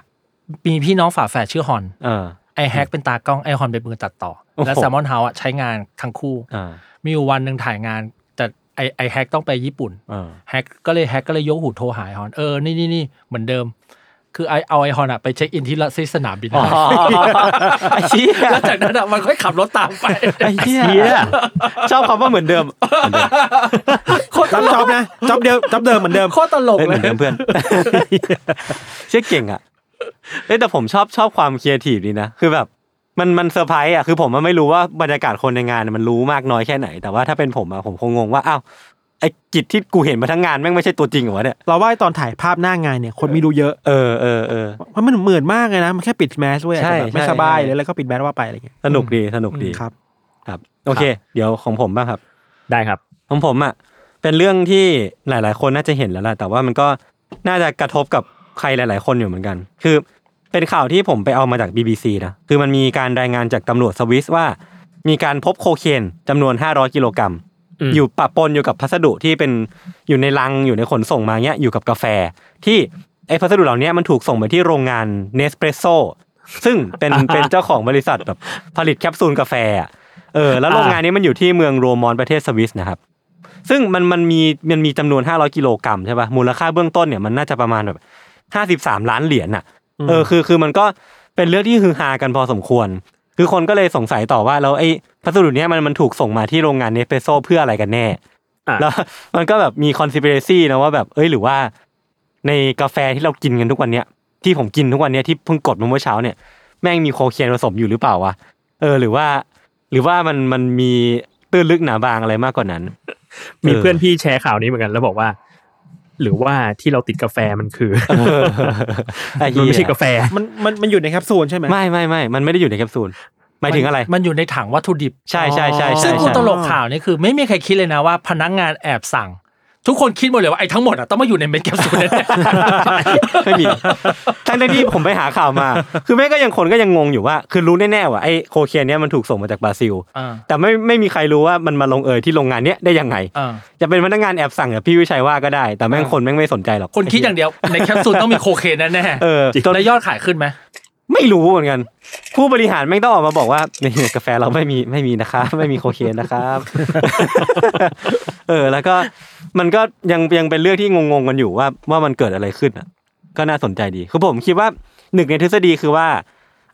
Speaker 5: มีพี่น้องฝาแฝดชื่อฮอน
Speaker 2: เออ
Speaker 5: ไอแฮกเป็นตากล้องไอฮอนเป็นมือตัดต่อ
Speaker 2: โอ้โห
Speaker 5: และแซลมอนเฮาส์ใช้งานทั้งคู่
Speaker 2: เออ
Speaker 5: มีอยู่วันหนึ่งถ่ายงาน แต่ไอไอแฮกต้องไปญี่ปุ่น
Speaker 2: เออ
Speaker 5: แฮกก็เลยแฮกก็เลยยกหูโทรหาไอฮอนเออนี่นี่นี่เหมือนเดิม คือไอเอาไอฮอนอะไปเช็คอินที่ละที่สนามบิน
Speaker 2: อ๋อไอ้เหี้ย
Speaker 5: [laughs] แล้วจากนั้นอะมันค่อยขับรถตามไป
Speaker 2: ไอ้เหี้ยชอบคำว่าเหมือนเดิม
Speaker 5: โคตรต
Speaker 3: รับ
Speaker 5: ล
Speaker 3: จ็อบ
Speaker 5: ก
Speaker 3: นะจ็อบเดิมจ็อบเดิมเหมือนเดิม
Speaker 5: โคตรตลก
Speaker 2: เอ้ยเหมื
Speaker 5: เล
Speaker 2: อยนเดิ [laughs] มเพื่อนเชี่ยเก่งอ่ะเอ้ยแต่ผมชอบชอบความครีเอทีฟดีนะ คือแบบ มันมันเซอร์ไพรส์อ่ะคือผมอะไม่รู้ว่าบรรยากาศคนในงานมันรู้มากน้อยแค่ไหน แต่ว่าถ้าเป็นผมอ่ะผมคงงงว่าอ้าวไอ้กิจที่กูเห็นมาทั้งงานแม่งไม่ใช่ตัวจริงเหรอวะเนี่ย
Speaker 3: เราว่าตอนถ่ายภาพหน้างานเนี่ยคนไม่ดูเยอะ
Speaker 2: เออเออเออ
Speaker 3: เพราะมันเหมือนมากเลยนะ มันแค่ปิดแมสเว้ยอาจ
Speaker 2: ใช่
Speaker 3: จะแบบไม่
Speaker 2: ใช่
Speaker 3: สบาย
Speaker 2: ใช่
Speaker 3: หรืออะไรก็ปิดแมสว่าไปอะไรเงี้ย
Speaker 2: สนุกดีสนุกดี
Speaker 3: ครับ
Speaker 2: ครับ โอเค เดี๋ยวของผมบ้างครับ
Speaker 4: ได้ครับ
Speaker 2: ของผมอ่ะเป็นเรื่องที่หลาย ๆ คนน่าจะเห็นแล้วล่ะแต่ว่ามันก็น่าจะกระทบกับใครหลาย ๆ คนอยู่เหมือนกัน คือเป็นข่าวที่ผมไปเอามาจาก BBC นะคือมันมีการรายงานจากตำรวจสวิสว่า มีการพบโคเคนจำนวน 500 กิโลกรัม
Speaker 4: อืม
Speaker 2: อยู่ปะปนอยู่กับพัสดุที่เป็นอยู่ในลังอยู่ในขนส่งมาเนี้ยอยู่กับกาแฟ ที่ไอ้พัสดุเหล่าเนี้ยมันถูกส่งไปที่โรงงานเนสเปรสโซซึ่งเป็น [laughs] เป็นเจ้าของบริษัทแบบผลิตแคปซูลกาแฟอะเออแล้วโรงงานนี้มันอยู่ที่เมืองโรมอนประเทศสวิสนะครับ ซึ่งมันมันมีมันมีจำนวน 500 กิโลกรัมใช่ปะ่ะมูลค่าเบื้องต้นเนี่ยมันน่าจะประมาณแบบ 53 ล้านเหรียญน่ะเออคือคือมันก็เป็นเรื่องที่ฮือฮากันพอสมควร คือคนก็เลยสงสัยต่อว่าแล้วไอ้พัสดุเนี้ยมันมันถูกส่งมาที่โรงงานเนสเปโซเพื่ออะไรกันแน่
Speaker 4: อ่ะ
Speaker 2: แล้ว [laughs] มันก็แบบมีคอนซิเ r a ซีนะว่าแบบเอ้ยหรือว่า ในกาแฟที่เรากินกันทุกวันเนี้ยที่ผมกินทุกวันเนี้ยที่เพิ่งกดมาเมื่อเช้าเนี่ยแม่งมีโคเคนผสมอยู่หรือเปล่าวะเออหรือว่า หรือว่ามันมันมีตื้นลึกหนาบางอะไรมากกว่านั้น
Speaker 4: มีเพื่อนพี่แชร์ข่าวนี้เหมือนกันแล้วบอกว่า หรือว่าที่เราติดกาแฟมันคือ
Speaker 2: ไอ้
Speaker 4: มั
Speaker 2: เหี้ย
Speaker 4: นไม่ใช่กาแฟ
Speaker 3: มันมันมันอยู่ในแคปซูลใช่ไหม
Speaker 2: ไม่ไม่ไม่มันไม่ได้อยู่ในแคปซูลหมายถึง
Speaker 4: [laughs]
Speaker 2: อะไร
Speaker 5: มันอยู่ในถังวัตถุดิบ
Speaker 2: ใช่ใช่ใช่ใช่
Speaker 5: ซึ่งกู
Speaker 2: ใช่
Speaker 5: ตลกข่าวนี่คือไม่มีใครคิดเลยนะว่าพนักงานแอบสั่ง ทุกคนคิดหมดเลยว่าไอ้ทั้งหมดอะต้องมาอยู่ในเม็ดแคปซูลแน่
Speaker 2: ไม่มีทั้งที่ผมไปหาข่าวมา คือแม่งก็ยังคนก็ยังงงอยู่ว่า คือรู้แน่ๆว่าไอ้โคเคนเนี้ยมันถูกส่งมาจากบราซิล
Speaker 5: ๆอ่า
Speaker 2: แต่ไม่ไม่มีใครรู้ว่ามันมาลงเอยที่โรงงานเนี้ยได้ยังไง
Speaker 5: อ่า
Speaker 2: จะเป็นพนักงานแอบสั่งแบบพี่วิชัยว่าก็ได้ แต่แม่งคนแม่งไม่สนใจหรอก
Speaker 5: คนคิดอย่างเดียวในแคปซูลต้องมีโคเคนแน่ๆ
Speaker 2: เออจน
Speaker 5: แล้วยอดขายขึ้นไหม
Speaker 2: ไม่รู้เหมือนกัน ผู้บริหารแม่งต้องออกมาบอกว่าเนี่ยกาแฟเราไม่มีไม่มีนะครับ ไม่มีโคเคนนะครับ [laughs] เออแล้วก็มันก็ยังยังเป็นเรื่องที่งงๆกันอยู่ว่าว่ามันเกิดอะไรขึ้นอ่ะ ก็น่าสนใจดีคือผมคิดว่าหนึ่งในทฤษฎีคือว่า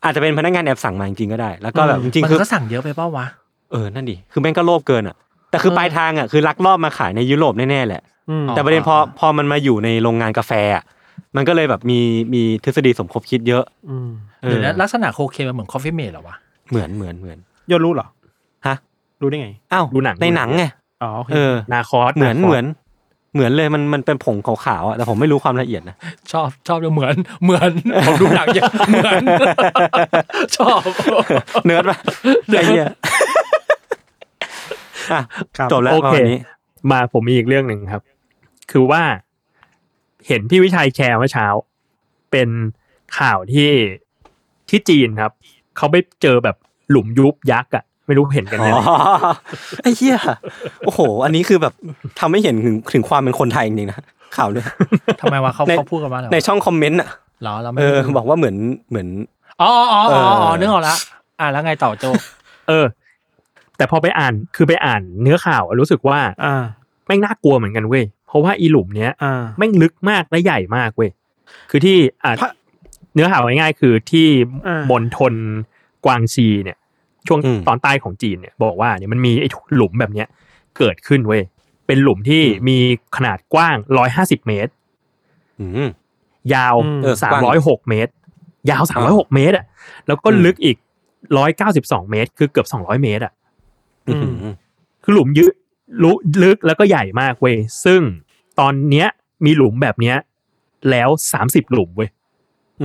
Speaker 2: อาจจะเป็นพนักงานแอบสั่งมาจริงๆก็ได้ แล้วก็แบบจริง
Speaker 5: มั
Speaker 2: ๆคือ
Speaker 5: นก็สั่งเยอะไปเปล่าวะ
Speaker 2: เออ นั่นดิ คือแม่งก็โลภเกินอ่ะ แต่คือ
Speaker 5: เออ
Speaker 2: ปลายทางอ่ะคือลักลอบมาขายในยุโรปแน่ๆแหละ
Speaker 3: อืม
Speaker 2: แต่ประเด็นพอ
Speaker 5: อ่า
Speaker 2: พอมันมาอยู่ในโรงงานกาแฟอ่ะ มันก็เลยแบบมีมีทฤษฎีสมคบคิดเยอะ
Speaker 3: อืม
Speaker 2: เอ
Speaker 5: หรือ
Speaker 2: อ
Speaker 5: นะลักษณะโคเคนมันเหมือนคอฟฟี่เมดเหรอวะ
Speaker 2: เหมือนเหมือนเหมือน
Speaker 3: ยอดรู้เหรอ
Speaker 2: ฮะ
Speaker 3: รู้ได้ไง
Speaker 2: อ้าว
Speaker 4: ดูหนัง
Speaker 2: ในหนังไง
Speaker 3: อ๋อโอเค
Speaker 2: เออ
Speaker 4: นาคอส
Speaker 2: เหมือน
Speaker 4: นาคส
Speaker 2: เหมือน เหมือนเลยมันมันเป็นผงขาวๆอะแต่ผมไม่รู้ความละเอียดนะ
Speaker 5: ชอบชอบจะเหมือนเหมือนผมดูหนังอย่าง [laughs] เหมือน ชอบ
Speaker 2: เนิร์ดปะไอ้เหี้ยอ่ะ
Speaker 3: ครับ
Speaker 2: จบแล้ว
Speaker 4: โอ
Speaker 2: ประ
Speaker 4: เค
Speaker 2: มาณนี้
Speaker 4: มาผมมีอีกเรื่องหนึ่งครับ คือว่าเห็นที่วิชัยแชร์เมื่อเช้า เป็นข่าวที่ที่จีนครับ เขาไปเจอแบบหลุมยุบยักษ์อะไม่รู้เห็นกันไหม
Speaker 2: อ๋อไอ้เหี้ยโอ้โห อันนี้คือแบบทำให้เห็นถึงถึงความเป็นคนไทยจริงๆนะข่าวเนี่ย
Speaker 5: ทำไมวะเขา
Speaker 2: ใน
Speaker 5: เขาพูดกันว่าอะไร
Speaker 2: ใน
Speaker 5: วะ
Speaker 2: ช่องคอมเมนต์อ่ะ
Speaker 5: เหรอเราไม่
Speaker 2: เออ
Speaker 5: รู้
Speaker 2: บอกว่าเหมือนเหมือน
Speaker 5: อ๋ออ๋ออ๋ออ๋อ
Speaker 2: เออ
Speaker 5: นึกออกละอ่ะแล้วไงต่อโจ
Speaker 4: เออ แต่พอไปอ่านคือไปอ่านเนื้อข่าวอะรู้สึกว่า
Speaker 3: อ่า
Speaker 4: แม่งน่ากลัวเหมือนกันเว้ยเพราะว่าอีหลุมเนี้ย
Speaker 3: อ่า
Speaker 4: แม่งลึกมากและใหญ่มากเว้ย คือที่อ่ะ
Speaker 3: พระ
Speaker 4: เนื้อหาง่ายๆคือที่
Speaker 3: อ่าม ม
Speaker 4: ณฑลกวางซีเนี่ย ช่วง
Speaker 2: อืม
Speaker 4: ตอนใต้ของจีนเนี่ย บอกว่าเนี่ยมันมีไอ้หลุมแบบเนี้ย เกิดขึ้นเว้ย เป็นหลุมที่มีขนาดกว้างร้อยห้าสิบเมตร
Speaker 2: อืม
Speaker 4: ยาว
Speaker 3: อืม
Speaker 2: เออ
Speaker 4: สาม
Speaker 2: กว้าง
Speaker 4: ร้อยหกเมตร ยาวสามร้อยหกเมตรอ่ะ แล้วก็
Speaker 2: อืม
Speaker 4: ลึกอีกร้อยเก้าสิบสองเมตร คือเกือบสองร้อยเมตรอ่ะ
Speaker 2: อืม
Speaker 4: คือหลุมยึลุลึกแล้วก็ใหญ่มากเว้ย ซึ่งตอนเนี้ยมีหลุมแบบเนี้ยแล้วสามสิบหลุมเว้ย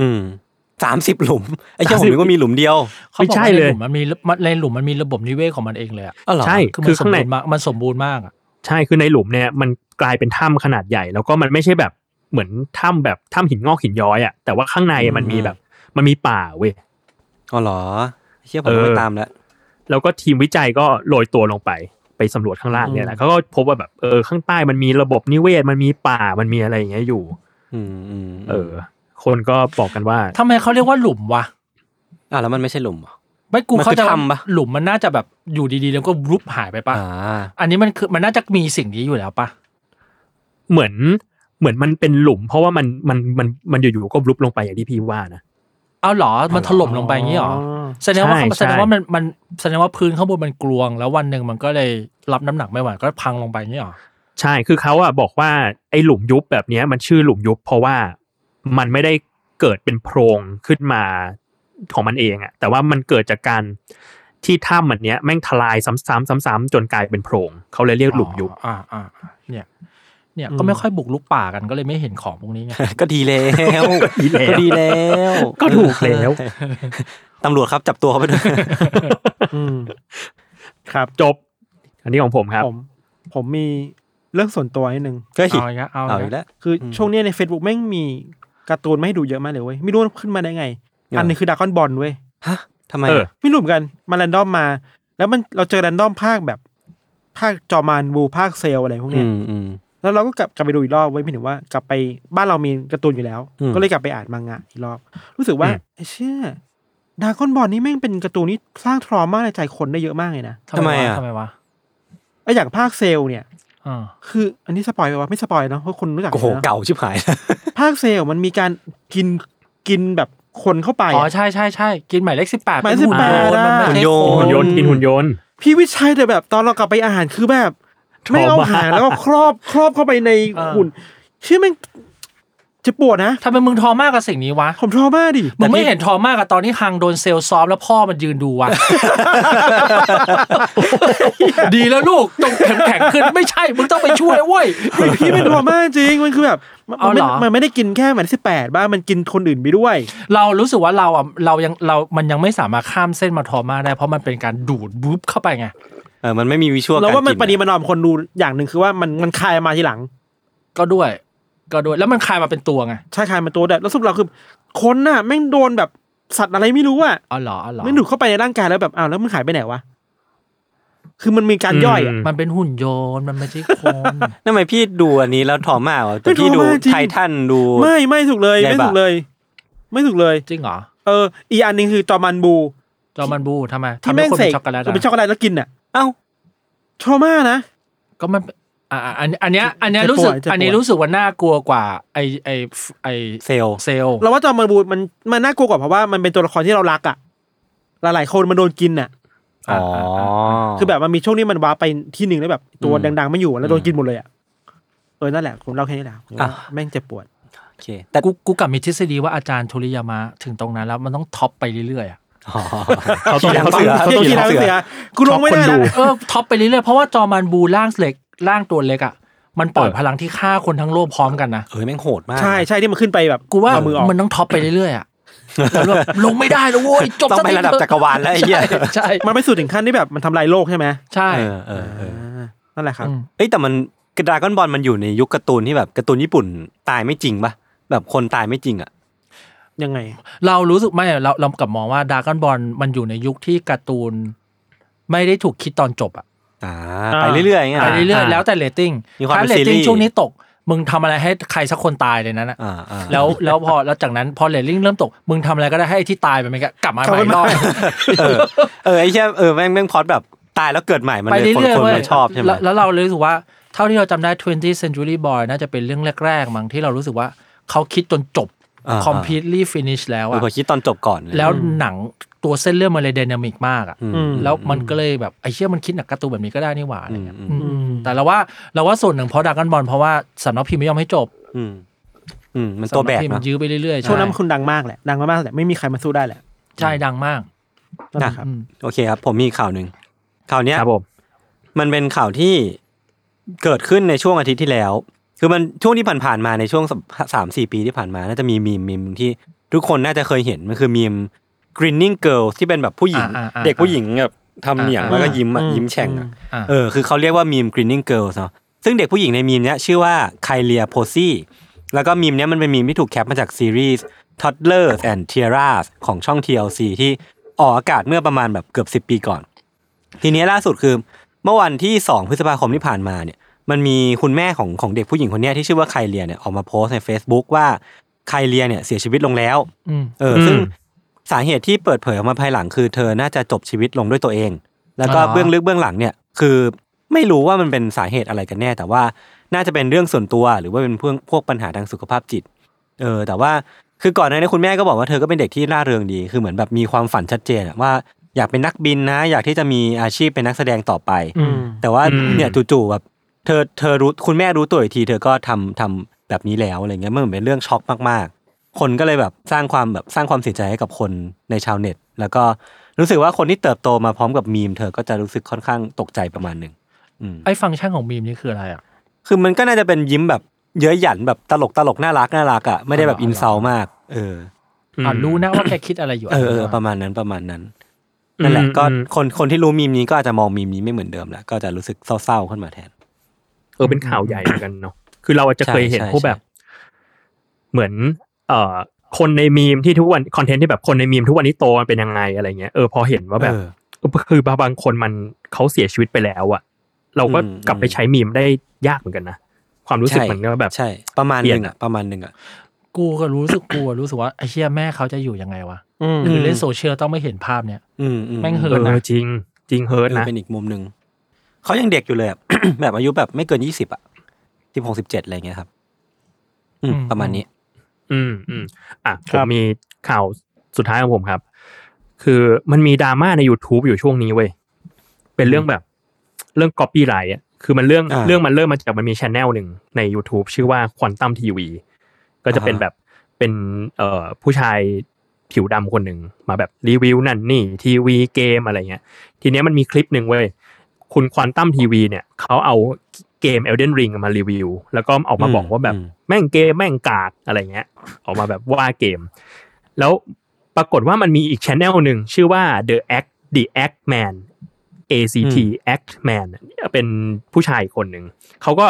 Speaker 2: อืมสามสิบหลุม ไอ้เหี้ยผมนึกว่ามีหลุมเดียว
Speaker 5: เขาบอก
Speaker 4: ไม่ใช่
Speaker 5: ว่าใน
Speaker 4: เลย
Speaker 5: หลุมมันมีมันในหลุมมันมีระบบนิเวศของมันเองเลยอะ
Speaker 2: อ๋อเหรอ
Speaker 4: ใช่
Speaker 5: คือมั
Speaker 4: คือน
Speaker 5: สม
Speaker 4: ข้างใน
Speaker 5: บูรณ์มากมันสมบูรณ์มากอะ
Speaker 4: ใช่ คือในหลุมเนี่ยมันกลายเป็นถ้ำขนาดใหญ่ แล้วก็มันไม่ใช่แบบเหมือนถ้ำแบบถ้ำหินงอกหินย้อยอะแต่ว่าข้างใน
Speaker 2: อืม
Speaker 4: มันมีแบบมันมีป่าเว้ย
Speaker 2: อ๋อเหรอไอ้เหี้ยผมก็ไม่
Speaker 4: เออ
Speaker 2: ตามแล้ว
Speaker 4: แล้วก็ทีมวิจัยก็โรยตัวลงไปไปสำรวจข้างล่างเนี่ยแหละเขาก็พบว่าแบบเออข้างใต้มันมีระบบนิเวศมันมีป่ามันมีอะไรอย่างเงี้ยอยู่
Speaker 2: อืมอืม
Speaker 4: เออ คนก็บอกกันว่า
Speaker 5: ทำไมเขาเรียกว่าหลุมวะ
Speaker 2: อ่ะแล้วมันไม่ใช่หลุมเหรอ
Speaker 5: ไม่กู
Speaker 2: มันคือ
Speaker 5: เขาใจว่า
Speaker 2: ถ้ำปะ
Speaker 5: หลุมมันน่าจะแบบอยู่ดีๆแล้วก็รุบหายไปปะ
Speaker 2: อ่า
Speaker 5: อันนี้มันคือมันน่าจะมีสิ่งนี้อยู่แล้วปะ
Speaker 4: เหมือนเหมือนมันเป็นหลุม เพราะว่ามันมันมันมันอยู่ๆก็รุบลงไปอย่างที่พี่ว่านะ
Speaker 5: เอาเหรอมันถล่มลงไปอย่างนี้เหรอแสดงว่า
Speaker 4: ใช่ใช่
Speaker 5: แสดงว่ามันมันแสดงว่าพื้นข้างบนมันกลวง แล้ววันหนึ่งมันก็เลยรับน้ำหนักไม่ไหวก็พังลงไปอย่างนี้เหรอ
Speaker 4: ใช่ คือเขาอะบอกว่าไอ้หลุมยุบแบบเนี้ยมันชื่อหลุมยุบ เพราะว่ามันไม่ได้เกิดเป็นโพรงขึ้นมาของมันเองอะแต่ว่ามันเกิดจากการที่ถ้ำมันเนี้ยแม่งทลายซ้ำๆซ้ำๆจนกลายเป็นโพรง เขาเลยเรียกหลุมยุบ
Speaker 5: อ่าอ่าอ่าเนี่ย เนี่ยก็ไม่ค่อยบุกลุกป่ากันก็เลยไม่เห็นของพวกนี้ไง
Speaker 2: ก็ดีแล้ว
Speaker 4: ก็ดีแล้ว [laughs]
Speaker 2: ก็ดีแล้ว
Speaker 4: ก็ถูกแล้ว
Speaker 2: ตำรวจครับจับตัวเขาไปด้วย
Speaker 3: อืม ครับ
Speaker 4: จบ อันนี้ของผมครับ
Speaker 3: ผม ผมมีเรื่องส่วนตัวนิดนึง
Speaker 2: เฮ้ย
Speaker 5: เอาอีกแล้วเอา
Speaker 2: เอา
Speaker 5: อี
Speaker 2: อี
Speaker 5: ก
Speaker 2: ก
Speaker 5: แล้ว
Speaker 2: แล้ว
Speaker 3: คืออ
Speaker 2: ม
Speaker 3: ช่วงเนี้ยใน Facebook แม่งมีการ์ตูนมาให้ดูเยอะมากเลยเว้ย ไม่รู้ว่าขึ้นมาได้ไง
Speaker 2: อ่า
Speaker 3: อันหนึงคือดากอนบอลเว้ย
Speaker 2: ฮะทำไม
Speaker 4: เออ
Speaker 2: อ่ะ
Speaker 3: ไม่รู้เหมือนกันมาแรนดอมมา แล้วมันเราเจอแรนดอมภาคแบบภาคจอมานบูภาคเซลอะไรพวก
Speaker 2: อื
Speaker 3: เนี้ย
Speaker 2: มอืม
Speaker 3: แล้วเราก็กลับกลับไปดูอีกรอบเว้ยหมายถึงว่ากลับไปบ้านเรามีการ์ตูนอยู่แล้ว
Speaker 2: อืม
Speaker 3: ก็เลยกลับไปอ่านมังงะอีกรอบ รู้สึกว่าไอ้เชื่อดากอนบอลนี่แม่งเป็นการ์ตูนที่สร้างทรมาในใจคนได้เยอะมากเลยนะ
Speaker 2: ทำไมอ่ะ
Speaker 5: ทำไมวะ
Speaker 3: ไอ้อย่างภาคเซลเนี่ย
Speaker 5: อ่า
Speaker 3: คืออันนี้สปอยไปวะไม่สปอยเนาะเพราะคนรู้จัก
Speaker 2: โอ้โห
Speaker 3: นะ
Speaker 2: เก่าชิบหาย [laughs]
Speaker 3: ภาคเซลมันมีการกินกินแบบคนเข้าไป
Speaker 5: อ๋อ
Speaker 3: อะ
Speaker 5: ใช่ใช่ใช่กินหมายเลขสิบแปด
Speaker 3: หมายเลข18
Speaker 5: มันไม่
Speaker 3: อะ
Speaker 5: ใช่
Speaker 2: หุ่นยนต์
Speaker 4: หุ่นยน
Speaker 5: ค
Speaker 4: ต์กินหุ่นยนต์
Speaker 3: พี่วิชัยแต่แบบตอนเรากลับไปอาหารคือแบบ
Speaker 4: ชอบ
Speaker 3: ไม่เอา
Speaker 4: มาก
Speaker 3: อาหารแล้วก็ครอบครอบเข้าไปในหุ่นชื่อแม่งเจะปวดนะ
Speaker 5: ทำไมมึงทอมากกับสิ่งนี้วะ
Speaker 3: ผมชอบมากดิ
Speaker 5: มึงไม่เห็นทอมากกับตอนที่ฮังโดนเซลล์ซ้อมแล้วพ่อมันยืนดูวะ [laughs] ดีแล้วลูกจงแข็งแข็งขึ้นไม่ใช่ มึงต้องไปช่วยเว้ย
Speaker 3: เฮ้ยพี่เป็นทรมานจริงมันคือแบบมัน
Speaker 5: เอาเหรอ
Speaker 3: มันมันไม่ได้กินแค่เหมือนสิบแปดบ้างมันกินคนอื่นไปด้วย
Speaker 5: เรารู้สึกว่าเราอ่ะเรายังเรา มันยังไม่สามารถข้ามเส้นมาทอมากได้ เพราะมันเป็นการดูดบุ๊บเข้าไปไง
Speaker 2: เออมันไม่มีวิชวล
Speaker 3: แล้วว่ามันป
Speaker 2: กร
Speaker 3: ณี
Speaker 2: กิน
Speaker 3: ประนอมคนดูอย่างหนึ่งคือว่ามันมันคายมาทีหลัง
Speaker 5: ก็ด้วย ก็ด้วยแล้วมันคลายมาเป็นตัวไง
Speaker 3: ใช่คายมาตัวแบบแล้วสรุดเราคือคนน่ะแม่งโดนแบบสัตว์อะไรไม่รู้อะ
Speaker 5: อ๋อเหรออ๋อเหรอ
Speaker 3: แม่งดูดเข้าไปในร่างกายแล้วแบบอ้าวแล้วมันหายไปไหนวะคือมันมีการย่อยอะ
Speaker 5: มันเป็นหุ่นยนต์มันไม่ใช่คน
Speaker 2: นั่นหมายพี่ดูอันนี้แล้วทอมากเหรอแต่
Speaker 3: ไม่
Speaker 2: พี่ดู
Speaker 3: ทอมากจริง
Speaker 2: ไททันดู
Speaker 3: ไม่ไม่ถูกเลย
Speaker 2: ไง
Speaker 3: ไม่
Speaker 2: บะ
Speaker 3: ถูกเลย ไม่ถูกเลย
Speaker 5: จริงเหรอ
Speaker 3: เอออีกอันหนึ่งคือจอมันบู
Speaker 5: จอมันบูทำไม
Speaker 3: ที่
Speaker 5: ทำให้
Speaker 3: แม่ง
Speaker 5: คน
Speaker 3: เส
Speaker 5: เป็
Speaker 3: ก
Speaker 5: นช็อกโกแลต
Speaker 3: คนเป็นช็อก
Speaker 5: อะ
Speaker 3: โกแลตแล้วกินอ่ะ
Speaker 2: เอ้า
Speaker 3: ทรมานะ
Speaker 5: ก็มันอ่ะอ่ะอันอันเนี้ยอันเนี้ย
Speaker 3: เจ็บปวด
Speaker 5: รู้สึก
Speaker 3: เจ็บปวด
Speaker 5: อันนี้รู้สึกว่าน่ากลัวกว่า ไอไอไอ
Speaker 2: เซลล์
Speaker 5: เซลล์
Speaker 3: เราว่าจอมันบูมันมันน่ากลัวกว่าเพราะว่ามันเป็นตัวละครที่เรารักอ่ะหลายๆคนมันโดนกินอ่ะ
Speaker 2: อ๋อ
Speaker 3: คือแบบมันมีช่วงนี้มันว้าร์ปไปที่หนึ่งแล้วแบบตัว
Speaker 2: อืม
Speaker 3: ดังๆไม่อยู่แล้วโดน
Speaker 2: อืม
Speaker 3: กินหมดเลยอ่ะเออนั่นแหละผมเล่าแค่นี้แหละผมว่า
Speaker 2: อ่ะ
Speaker 3: แม่งเจ็บปวด
Speaker 2: โอเคแต่
Speaker 5: กูกูกลับมีทฤษฎีว่าอาจารย์โทริยามะถึงตรงนั้นแล้วมันต้องท็อปไปเรื่อยๆอะ
Speaker 2: อ๋อ
Speaker 4: เขาต้อง
Speaker 2: ขี่หลังเสือ
Speaker 4: เขา
Speaker 3: เที่ย
Speaker 4: ต้อง
Speaker 3: ทีแล้ว
Speaker 4: ขี่หลังเสือ
Speaker 3: เสียกูลงไม่ได้
Speaker 4: ช็อกคนดู
Speaker 3: แล้ว
Speaker 5: เออท็อปไปเรื่อยๆเพราะว่าจอมันบูร่างเล็กร่างตัวเล็กอ่ะ มันปล่อย
Speaker 2: เออ
Speaker 5: พลังที่ฆ่าคนทั้งโลกพร้อมกันนะ
Speaker 2: เอ้ยแม่งโหดมาก
Speaker 3: ใช่ใช่ที่มันขึ้นไปแบบ
Speaker 5: กูว่า
Speaker 3: เอมือออก
Speaker 5: มันต้องท็อปไปเรื่อยๆอ่ะแล้วแบบลงไม่ได้แล้วโว้ย [laughs] จบ
Speaker 2: ต้องไประดับจักรวาลแล้วไอ้เหี้ย
Speaker 5: ใช่ใช่
Speaker 3: มันไปสุดถึงขั้นที่แบบมันทำลายโลกใช่ไหม
Speaker 5: ใช่
Speaker 2: เออเออเออ
Speaker 3: อ่านั่นแหละครับ
Speaker 5: อืม
Speaker 2: เอ้ยแต่มันกระดากอนบอลมันอยู่ในยุคการ์ตูนที่แบบการ์ตูนญี่ปุ่นตายไม่จริงปะแบบคนตายไม่จริงอ่ะ
Speaker 3: ยังไง
Speaker 5: เรารู้สึกไม่เราเรากลับมองว่าดากอนบอลมันอยู่ในยุคที่การ์ตูน ไม่ได้ถูกคิดตอนจบอ่ะ
Speaker 2: อ่าไปเรื่อยๆอย่างเงี้ย
Speaker 5: ไปเรื่อย
Speaker 4: อ่า
Speaker 5: ๆแล้วแต่เรตติ้ง
Speaker 2: มีความ
Speaker 5: ถ้า
Speaker 2: เป็น
Speaker 5: เรต
Speaker 2: ซีรี
Speaker 5: ติ้ง
Speaker 2: ส์
Speaker 5: ช่วงนี้ตก มึงทำอะไรให้ใครสักคนตายเลยนั้นอ่ะ
Speaker 2: อ่าอ่า
Speaker 5: แล้วแล้วพอแล้วจากนั้นพอเรตติ้งเริ่มตก มึงทำอะไรก็ได้ให้ไอ้ที่ตายไปมันก็กลับมาใหม่อีกรอบ
Speaker 2: เออเออไอ้เชี่ยเออแม่งแม่งพล็อดแบบตายแล้วเกิดใหม่มัน
Speaker 5: ไป
Speaker 2: เลยคน
Speaker 5: เรื่อย
Speaker 2: คน
Speaker 5: ๆเว้ย
Speaker 2: มันชอบใช่ไหม
Speaker 5: แล้วแล้วเราเลยรู้สึกว่าเท่าที่เราจำได้ 20 Century Boy น่าจะเป็นเรื่องแรก ๆ มั้งที่เรารู้สึกว่าเขาคิดจนจบ
Speaker 2: าา
Speaker 5: completely finish แล้ว
Speaker 2: เออ
Speaker 5: อะ
Speaker 2: พอคิดตอนจบก่อนเย
Speaker 5: แล้วหนังตัวเส้นเรื่องมันเลยดนามิกมากอะ
Speaker 2: อืม
Speaker 3: อืม
Speaker 5: แล้วมันก็เลยแบบไอ้เชี่ยมันคิดหนักการ์ตูนแบบนี้ก็ได้นี่หว่าอะไรเงี้ย
Speaker 2: อืม
Speaker 5: อืมแต่เราว่าเราว่าส่วนหนึ่งเพราะดากอนบอลเพราะว่าสำนักพิมพ์ไม่ยอมให้จบ
Speaker 2: อืมอืมมันตัวแบก
Speaker 5: สำนัพิม
Speaker 2: นะ
Speaker 5: พ์ยื้อไปเรื่อยๆ
Speaker 3: ช่วงนั้น
Speaker 5: ใ
Speaker 3: คุณดังมากแหละ ดังมากๆแหละไม่มีใครมาสู้ได้แหละ
Speaker 5: ใช่ดังมาก
Speaker 3: นั่นแหละครับ
Speaker 5: อืม
Speaker 2: โอเคครับ ผมมีข่าวหนึ่งข่าวเนี้ย
Speaker 4: ครับผม
Speaker 2: มันเป็นข่าวที่เกิดขึ้นในช่วงอาทิตย์ที่แล้ว คือมันช่วงที่ผ่านๆมาในช่วงสามสี่ปีที่ผ่านมาน่าจะมีมีมมีมที่ทุกคนน่าจะเคยเห็นมันคือมีม grinning girls ที่เป็นแบบผู้หญิง
Speaker 5: อ่าๆๆ
Speaker 2: เด็กผู้หญิงแบบทำเหนียงแล้วก็ยิ้มอะ
Speaker 3: อืม
Speaker 2: ยิ้มแฉ่งอะ
Speaker 5: อ่า
Speaker 2: เออคือเขาเรียกว่ามีม grinning girls เนาะซึ่งเด็กผู้หญิงในมีมเนี้ยชื่อว่าไคเลียโพซี่แล้วก็มีมเนี้ยมันเป็นมีมที่ถูกแคปมาจากซีรีส์ Toddlers and Tiaras ของช่อง TLC ที่ออกอากาศเมื่อประมาณแบบเกือบ 10 ปีก่อน ทีเนี้ยล่าสุดคือ เมื่อวันที่ 2 พฤษภาคมที่ผ่านมาเนี่ยมันมีคุณแม่ของของเด็กผู้หญิงคนเนี้ยที่ชื่อว่าไคเลียเนี่ยออกมาโพสต์ใน Facebook ว่าไคเลียเนี่ยเสียชีวิตลงแล้ว
Speaker 5: อืม
Speaker 2: เออซึ่งสาเหตุที่เปิดเผยออกมาภายหลังคือ เธอน่าจะจบชีวิตลงด้วยตัวเอง แล้วก็
Speaker 5: อ๋อ
Speaker 2: เบื้องลึกเบื้องหลังเนี่ยคือไม่รู้ว่ามันเป็นสาเหตุอะไรกันแน่ แต่ว่าน่าจะเป็นเรื่องส่วนตัวหรือว่าเป็นพวกพวกปัญหาทางสุขภาพจิต เออแต่ว่าคือก่อนหน้านี้คุณแม่ก็บอกว่าเธอก็เป็นเด็กที่ร่าเริงดีคือเหมือนแบบมีความฝันชัดเจนอะว่าอยากเป็นนักบินนะ อยากที่จะมีอาชีพเป็นนักแสดงต่อไป
Speaker 3: อืม
Speaker 2: แต่ว่าเนี่ยจู่ๆแบบเธอเธอรู้คุณแม่รู้ตัวอีกที เธอก็ทำทำแบบนี้แล้วอะไรเงี้ยมันเหมือนเป็นเรื่องช็อกมากๆ คนก็เลยแบบสร้างความแบบสร้างความเสียใจให้กับคนในชาวเน็ต แล้วก็รู้สึกว่าคนที่เติบโตมาพร้อมกับมีม เธอก็จะรู้สึกค่อนข้างตกใจประมาณหนึ่งอืม
Speaker 5: ไอ้ฟังก์ชันของมีมนี่คืออะไรอ่ะ
Speaker 2: คือมันก็น่าจะเป็นยิ้มแบบเย้ยหยันแบบตลกตลกน่ารักน่ารักอ่ะไม่ได้แบบ
Speaker 5: อ๋อเหรอ
Speaker 2: อินเซลมาก เออ
Speaker 5: อ่ะรู้นะว่าแกคิดอะไรอยู่
Speaker 2: เออเออประมาณนั้นประมาณนั้นนั่นแหละก็
Speaker 4: อืม
Speaker 2: คนคนที่รู้มีมนี้ก็อาจจะมองมีมนี้ไม่เหมือนเดิมแล้วก็จะรู้สึกเศร้าๆขึ้นมาแทน
Speaker 4: เออเป็นข่าวใหญ่เหมือนกันเนาะคือเราอาจจะเคยเห็น
Speaker 2: ใช่ใช่
Speaker 4: พวกแบบ เหมือน เอ่อ คนในมีมที่ทุกวันคอนเทนต์ที่แบบคนในมีมทุกวันนี้โตมันเป็นยังไงอะไรเงี้ยเออพอเห็นว่าแบบ
Speaker 2: เออ
Speaker 4: คือบางคนมันเขาเสียชีวิตไปแล้วอะเราก็กลับไปใช้มีมได้ยากเหมือนกันนะความรู้สึกมันก็แบบ
Speaker 2: ใช่ ประมาณหนึ่ง
Speaker 4: เปลี่ยน
Speaker 2: อ่ะ
Speaker 4: อะ
Speaker 2: ประมาณหนึ่งอ่ะ
Speaker 5: กูก็รู้สึกกลัวรู้สึกว่าไอ้เชี่ยแม่เขาจะอยู่ยังไงวะ
Speaker 3: อืม
Speaker 5: คือเล่นโซเชียลต้องไม่เห็นภาพเนี่ย
Speaker 2: อืมอื
Speaker 5: แม่งเหิ
Speaker 4: เอน อจริง จริงเฮิ
Speaker 2: เอ
Speaker 4: ร์
Speaker 2: อ
Speaker 4: ตนะ
Speaker 2: เป็นอีกมุมหนึ่ง เขายังเด็กอยู่เลยอะ [coughs] แบบอายุแบบไม่เกินยี่สิบอ่ะสิบหกสิบเจ็ดอะไรเงี้ยครับ อืม
Speaker 5: อืม
Speaker 2: ประมาณนี้
Speaker 4: อืมอืมอ่ะผ
Speaker 3: ครั
Speaker 4: ม
Speaker 3: บ
Speaker 4: มีข่าวสุดท้ายของผมครับ คือมันมีดราม่าใน YouTube อยู่ช่วงนี้เว้ยเป็นเรื่องแบบเรื่อง copy ไรอ่ะคือมันเรื่อง
Speaker 2: อ่า
Speaker 4: เรื่องมันเริ่มมาจากมันมีชแนลหนึ่งใน YouTube ชื่อว่า Quantum TV ก็จะเป็น
Speaker 2: อ่าฮะ
Speaker 4: แบบเป็นเอ่อผู้ชายผิวดำคนหนึ่งมาแบบรีวิวนั่นนี่ทีวีเกมอะไรเงี้ย ทีเนี้ยมันมีคลิปหนึ่งเว้ย คุณควอนตัมทีวีเนี่ยเขาเอาเกม Elden Ring มารีวิว แล้วก็ออกมา
Speaker 2: อืม
Speaker 4: บอกว่าแบบ
Speaker 2: อืม
Speaker 4: แม่งเกมแม่งกากอะไรเงี้ย ออกมาแบบว่าเกม แล้วปรากฏว่ามันมีอีกชแนลหนึ่งชื่อว่า The Act The Act Man ACT Act Man เป็นผู้ชายคนหนึ่ง เขาก็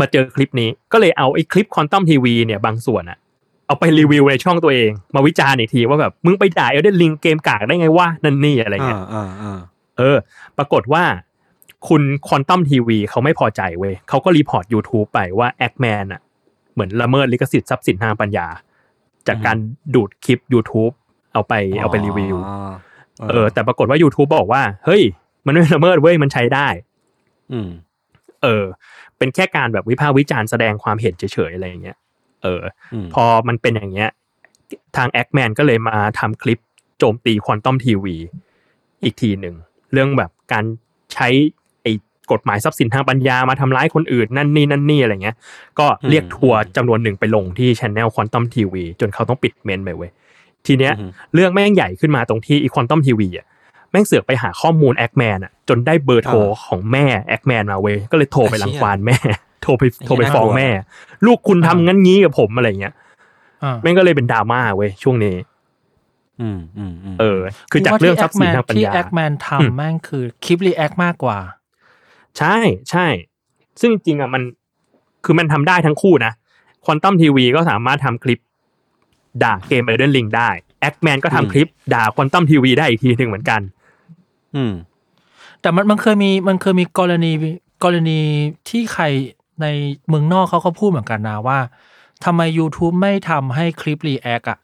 Speaker 4: มาเจอคลิปนี้ ก็เลยเอาไอ้คลิปควอนตัมทีวีเนี่ยบางส่วนอะเอาไปรีวิวในช่องตัวเอง มาวิจารณ์อีกทีว่าแบบมึงไปด่า Elden Ring เกมกากได้ไงวะนั่นนี่อะไรเงี้ย
Speaker 2: อ่าอ่า
Speaker 4: เออ ปรากฏว่าคุณควอนตัมทีวีเขาไม่พอใจเว้ยเขาก็รีพอร์ต YouTube ไปว่าแอคแมนอ่ะ เหมือนละเมิดลิขสิทธิ์ทรัพย์สินทางปัญญา จากการดูดคลิป YouTube เอาไปเอาไปรีวิว
Speaker 2: อ๋อ
Speaker 4: เออ แต่ปรากฏว่า YouTube บอกว่า เฮ้ย มันไม่ละเมิดเว้ย มันใช้ได้
Speaker 2: อืม
Speaker 4: เออ เป็นแค่การแบบวิพากษ์วิจารณ์แสดงความเห็นเฉยๆ อะไรอย่างเงี้ย เออ
Speaker 2: อืม
Speaker 4: พอมันเป็นอย่างเงี้ย ทางแอคแมนก็เลยมาทำคลิปโจมตีควอนตัมทีวีอีกทีหนึ่ง เรื่องแบบการใช้ไอ้กฎหมายทรัพย์สินทางปัญญามาทำร้ายคนอื่น นั่นนี่นั่นนี่อะไรเงี้ย ก็เรียกทัวร์จำนวนหนึ่งไปลงที่ช anel ควอนตัมทีวีจนเขาต้องปิดเมนไปเว้ย ทีเนี้ย เรื่องแม่งใหญ่ขึ้นมาตรงที่อีควอนตัมทีวีอ่ะ แม่งเสือกไปหาข้อมูลแอคแมนอ่ะจนได้เบอร์โทรของแม่แอคแมนมาเว้ยก็เลยโทรไปรังควานแม่ โทรไปโทรไปฟ้องแม่ ลูกคุณทำงั้นงี้กับผมอะไรอย่างเงี้ย
Speaker 5: อ่า
Speaker 4: แม่งก็เลยเป็นดราม่าเว้ยช่วงนี้
Speaker 2: อืมอืมอืม
Speaker 4: เออ คือจากเรื่องทรัพย์สินทางปัญญา
Speaker 5: ที่แอคแมน
Speaker 4: อืม
Speaker 5: ทำแม่งคือคลิปรีแอคมากกว่า
Speaker 4: ใช่ใช่ ซึ่งจริงๆอ่ะมันคือมันทำได้ทั้งคู่นะควอนตัมทีวีก็สามารถทำคลิป ด่าเกมเอเดนลิงได้แอคแมนก็ทำคลิป ด่าควอนตัมทีวีได้อีกทีหนึ่งเหมือนกัน
Speaker 2: อืม
Speaker 5: แต่มันมันเคยมีมันเคยมีกรณีกรณีที่ใครในเมืองนอกเขาก็พูดเหมือนกันนะว่าทำไม YouTube ไม่ทำให้คลิปรีแอคอะ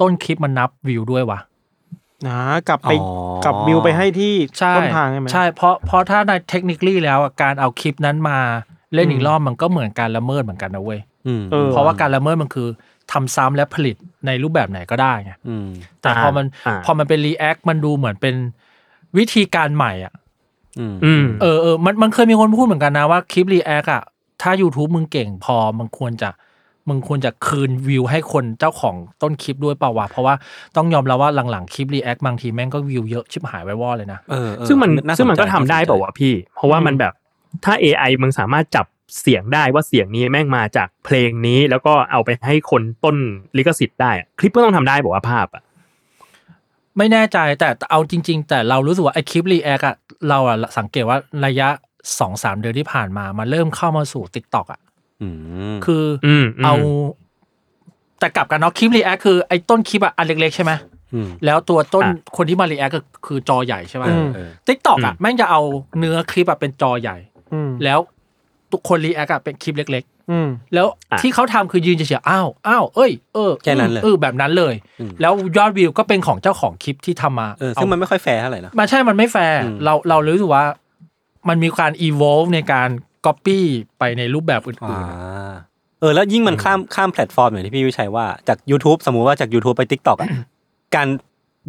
Speaker 5: ต้นคลิปมันนับวิวด้วยวะ
Speaker 3: นะกลับไป
Speaker 2: อ๋อ
Speaker 3: กลับมิวไปให้ที่
Speaker 5: ใช่
Speaker 3: ต้นทางใช่ไหม
Speaker 5: ใช่เพราะเพราะถ้าในเทคนิคลี่แล้วอะการเอาคลิปนั้นมาเล่นอี
Speaker 3: อื
Speaker 5: ก
Speaker 3: ม
Speaker 5: รอบมันก็เหมือนการละเมิดเหมือนกันนะเว้ย
Speaker 2: อืม
Speaker 3: เออ
Speaker 5: เพราะว่าการละเมิดมันคือทำซ้ำและผลิตในรูปแบบไหนก็ได้ไง
Speaker 2: อืม
Speaker 5: แต่พอมัน
Speaker 4: อ่า
Speaker 5: พอมันเป็นรีแอคมันดูเหมือนเป็นวิธีการใหม่อ่ะ
Speaker 2: อืม
Speaker 4: อืม
Speaker 5: เออเออมันมันเคยมีคนพูดเหมือนกันนะว่าคลิปรีแอคอ่ะ ถ้า YouTube มึงเก่งพอมันควรจะมึงควรจะคืนวิวให้คนเจ้าของต้นคลิปด้วยเปล่าวะเพราะว่าต้องยอมรับว่าหลังๆ คลิปรีแอคบางทีแม่งก็วิวเยอะชิบหายไว้วอดเลยนะ
Speaker 2: เออเออ
Speaker 4: ซึ่งมัน
Speaker 2: น่าสใจ
Speaker 4: ซึ่งมันก็ทำได้
Speaker 2: น่สนใจ
Speaker 4: เปล่าวะพี่ เพราะว่ามันแบบถ้า AI มันสามารถจับเสียงได้ว่าเสียงนี้แม่งมาจากเพลงนี้ แล้วก็เอาไปให้คนต้นลิขสิทธิ์ได้อะคลิปก็ต้องทำได้บอกว่าวะภาพอ่ะ
Speaker 5: ไม่แน่ใจแต่แต่เอาจริง ๆ แต่เรารู้สึกว่าไอ้คลิปรีแอคอะเราอะสังเกตว่าระยะสองสามเดือนที่ผ่านมามันเริ่มเข้ามาสู่ติกตอกอะ
Speaker 2: อืม
Speaker 5: คือ
Speaker 4: อืมม
Speaker 5: เอาแต่กลับกันเนาะคลิปรีแอคคือไอ้ต้นคลิปอะอันเล็กๆใช่ไหม
Speaker 2: อืม
Speaker 5: แล้วตัวต้นคนที่มารีแอคก็คือจอใหญ่ใช่ไหม
Speaker 3: อืม
Speaker 2: เออ
Speaker 5: ทิกตอกอะแม่งจะเอาเนื้อคลิปอะเป็นจอใหญ่
Speaker 3: อืม
Speaker 5: แล้วทุกคนรีแอคอะเป็นคลิปเล็ก
Speaker 3: อืม
Speaker 5: ๆ แล้วที่เขาทำคือยืนเฉยๆอ้าวอ้าวเอ้ยเออ
Speaker 2: แค่นั้นเลย
Speaker 5: เออแบบนั้นเลย
Speaker 2: อืม
Speaker 5: แล้วยอดวิวก็เป็นของเจ้าของคลิปที่ทำมา
Speaker 2: เออซึ่งมันไม่ค่อยแฟร์เท่าไหร่นะ
Speaker 5: มันใช่มันไม่แฟร์
Speaker 2: อืม
Speaker 5: เราเรารู้สึกว่า มันมีการ evolve ในการ copy ไปในรูปแบบอื่นๆอะ
Speaker 2: เออแล้วยิ่งมันข้ามข้ามแพลตฟอร์มอย่างที่พี่วิชัยว่าจาก YouTube สมมุติว่าจาก YouTube ไป TikTok อ่ะ การ